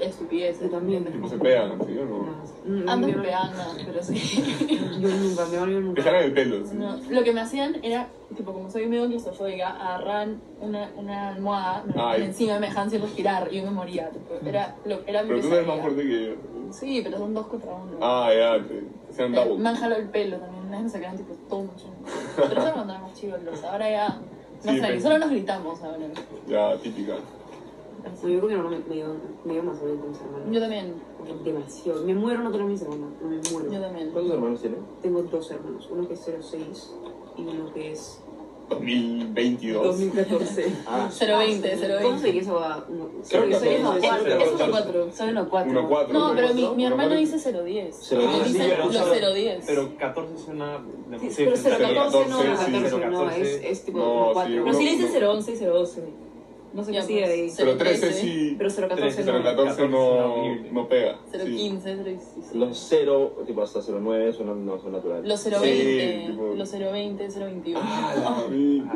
C: estupideces.
B: Yo también.
A: Tipo, se pegan, ¿sí o no?
B: Mm,
C: Ando
B: mi hermano-
C: pegando, pero sí.
B: Yo nunca, mi hermano yo
A: Te
B: nunca.
A: jalan el pelo, ¿sí?
C: No, lo que me hacían era, tipo, como soy medio claustrofóbica, agarran una, una almohada me la ponían
A: Ay.
C: encima y me dejaban sin respirar y yo me moría. tipo, era, lo, era mi
A: Pero tú eres más
C: pesadilla.
A: fuerte que yo.
C: Sí, pero son dos contra uno.
A: Ah, ya, te, te sean
C: Me-
A: double.
C: me han jalado el pelo también, una vez me sacaron tipo todo mucho. Pero eso era cuando éramos chicos, ahora ya. No
A: Sí,
C: sé,
A: pero-
C: solo nos gritamos ahora.
A: Ya, típica.
B: No, Yo creo que mi hermano me- me dio- me dio más bien con mis
C: Yo
B: hermanos.
C: también,
B: Demasiado. Me muero no tener mis hermanos. Me muero.
C: yo también.
E: ¿Cuántos hermanos tienes?
B: Tengo dos hermanos, uno que es 06 y uno que es
A: 2022.
B: 2014.
E: Ah,
C: 020,
B: ¿Cómo se
C: 020.
B: dice eso? Ah, uno-
A: Creo
B: Soy
A: que
B: soy
A: no,
B: uno cuatro.
A: cero,
B: Es
A: cero,
B: uno cuatro. Soy uno cuatro.
A: Uno cuatro.
C: No, pero mi, mi
A: Uno
C: hermano
A: cuatro.
C: dice 010.
E: Pero
C: Él
F: sí,
C: dice
F: pero
C: los
F: solo-
C: 010.
F: Pero 14 suena
C: Sí,
F: demasiado.
D: pero
A: Cero
D: 014 no,
A: catorce, sí,
B: Catorce,
A: cero
B: no,
F: catorce.
B: es, es tipo
A: No,
B: uno
A: sí,
B: cuatro.
D: Pero sí le
A: No, no.
D: dicen 011 y 012. No sé qué
C: Digamos,
D: sigue ahí.
A: Pero 13
C: 013,
A: sí.
D: Pero 014
A: Pero
D: no.
A: 14 no, no pega. Sí.
C: 015, 016.
E: Los 0, tipo hasta 09, son, no son naturales.
C: Los
A: Sí,
C: 020,
A: tipo-
C: los 020, 021,
A: Ah, la vi.
B: No,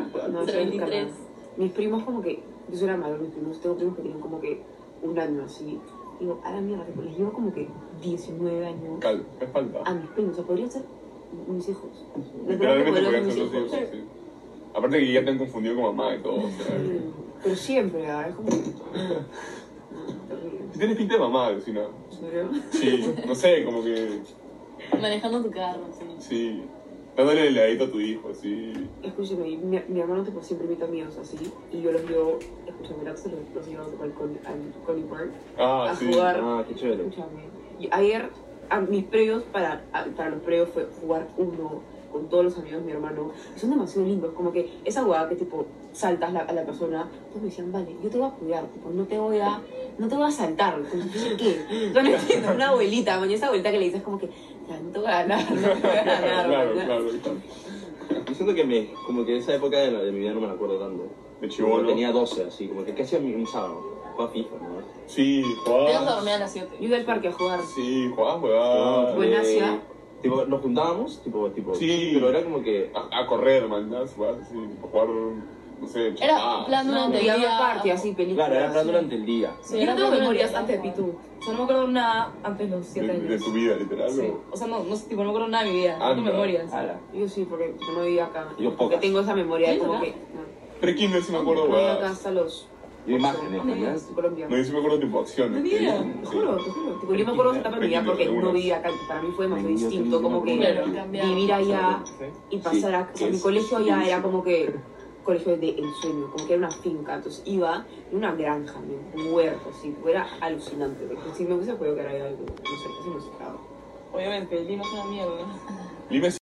B: soy
C: 023.
B: descarada. Mis primos como que, yo soy la mayor, mis primos, tengo primos que tienen como que un año así. Digo, a la mierda, tipo, les llevo como que 19 años
A: Cal, me falta.
B: a mis primos, o sea, podrían ser mis hijos. De verdad Ah, que
A: Literalmente
B: podrían ser
A: podrían
B: mis
A: ser los
B: hijos.
A: hijos. sí. Aparte que ya te han confundido con mamá y todo. o sea,
B: Sí, Pero siempre, ¿verdad? es como...
A: Si tienes pinta de mamá, Lucina. Sí, no sé, como que.
C: manejando tu carro, sí.
A: Sí. Dándole el heladito a tu hijo, sí.
B: Escúcheme, mi, mi hermano tipo, siempre invita amigos así y yo los llevo, escúchame, los, los, los llevo al Col- al Colin Park.
A: Ah,
B: A
A: sí.
B: jugar.
E: Ah, qué chévere.
B: Escúchame. y ayer, a mis previos para, a- para los previos fue jugar uno con todos los amigos de mi hermano. Y son demasiado lindos, como que esa hueá que tipo saltas la- a la persona, todos me decían, vale, yo te voy a cuidar, tipo, no te voy a, no te voy a saltar. Entonces, yo dije, ¿qué? Yo no entiendo, una abuelita, mañana esa abuelita que le dices como que, "Ya, no te voy a ganar, no te voy a ganar.
A: Claro,
B: maña".
A: claro, claro.
E: Yo siento que me, como que esa época de, la- de mi vida no me la acuerdo tanto.
A: De
E: Yo
A: chivolo.
E: tenía 12, así, como que casi a mi un sábado. Jugaba FIFA, ¿no?
A: Sí,
C: Te vas a dormir a
A: jugabas.
C: las 7.
B: Yo iba al parque a jugar.
A: Sí, jugabas, jugabas.
B: Bueno.
E: Eh,
B: Buenasia.
E: Tipo, nos juntábamos, tipo, tipo.
A: Ah, Sí.
E: Pero era como que.
A: A, a correr, man, ¿no? jugabas así, tipo, jugar, no sé, ah,
C: Era
A: chapás.
C: plan
B: No,
C: durante
B: me
C: el
B: iba al
C: día.
B: parque, así, películas.
E: Claro, era plan durante el día.
C: Sí,
D: Yo
C: era
D: no
C: plan
D: tengo
C: durante
D: memorias
C: el día,
D: antes de
C: ¿no?
D: Pitu. O sea, no me acuerdo nada antes de los 7
A: de,
D: años.
A: de tu vida, literal.
D: Sí.
A: ¿no?
D: O sea, no, no sé, tipo, no me acuerdo nada de mi vida. No tengo
A: Anda.
D: memorias.
E: Ala.
B: Yo sí, porque yo no vivía acá.
E: Yo
B: porque
E: pocas.
B: tengo esa memoria de
D: ¿Vives
B: como
D: acá?
B: que. No,
A: Pero es que no sí me
B: no
A: acuerdo,
B: vivía acá
A: huevadas.
B: hasta los.
E: Yo imágenes,
D: Amigo.
E: ¿no?
B: de Colombia.
A: No, yo sí me acuerdo, tipo,
D: ¿De
A: acciones. que
D: vida?
A: hice,
B: Te
A: sí.
B: juro, te juro. Tipo, yo me acuerdo de esa etapa de mi vida porque no vivía acá. y Para mí fue demasiado
E: Yo
B: distinto. Como
E: también
B: que
E: me
C: Claro,
E: acuerdo.
C: cambiaba.
B: vivir allá y pasar acá. O sea,
E: que
B: mi
E: es
B: colegio allá era
E: difícil.
B: como que. Colegio de ensueño, como que era una finca. Entonces iba en una granja, ¿no? un huerto, así. tipo, Era alucinante. porque Si me hubiese podido quedar ahí algo, no sé, hubiese musicado.
D: Obviamente, Lima es una mierda.
A: Lima es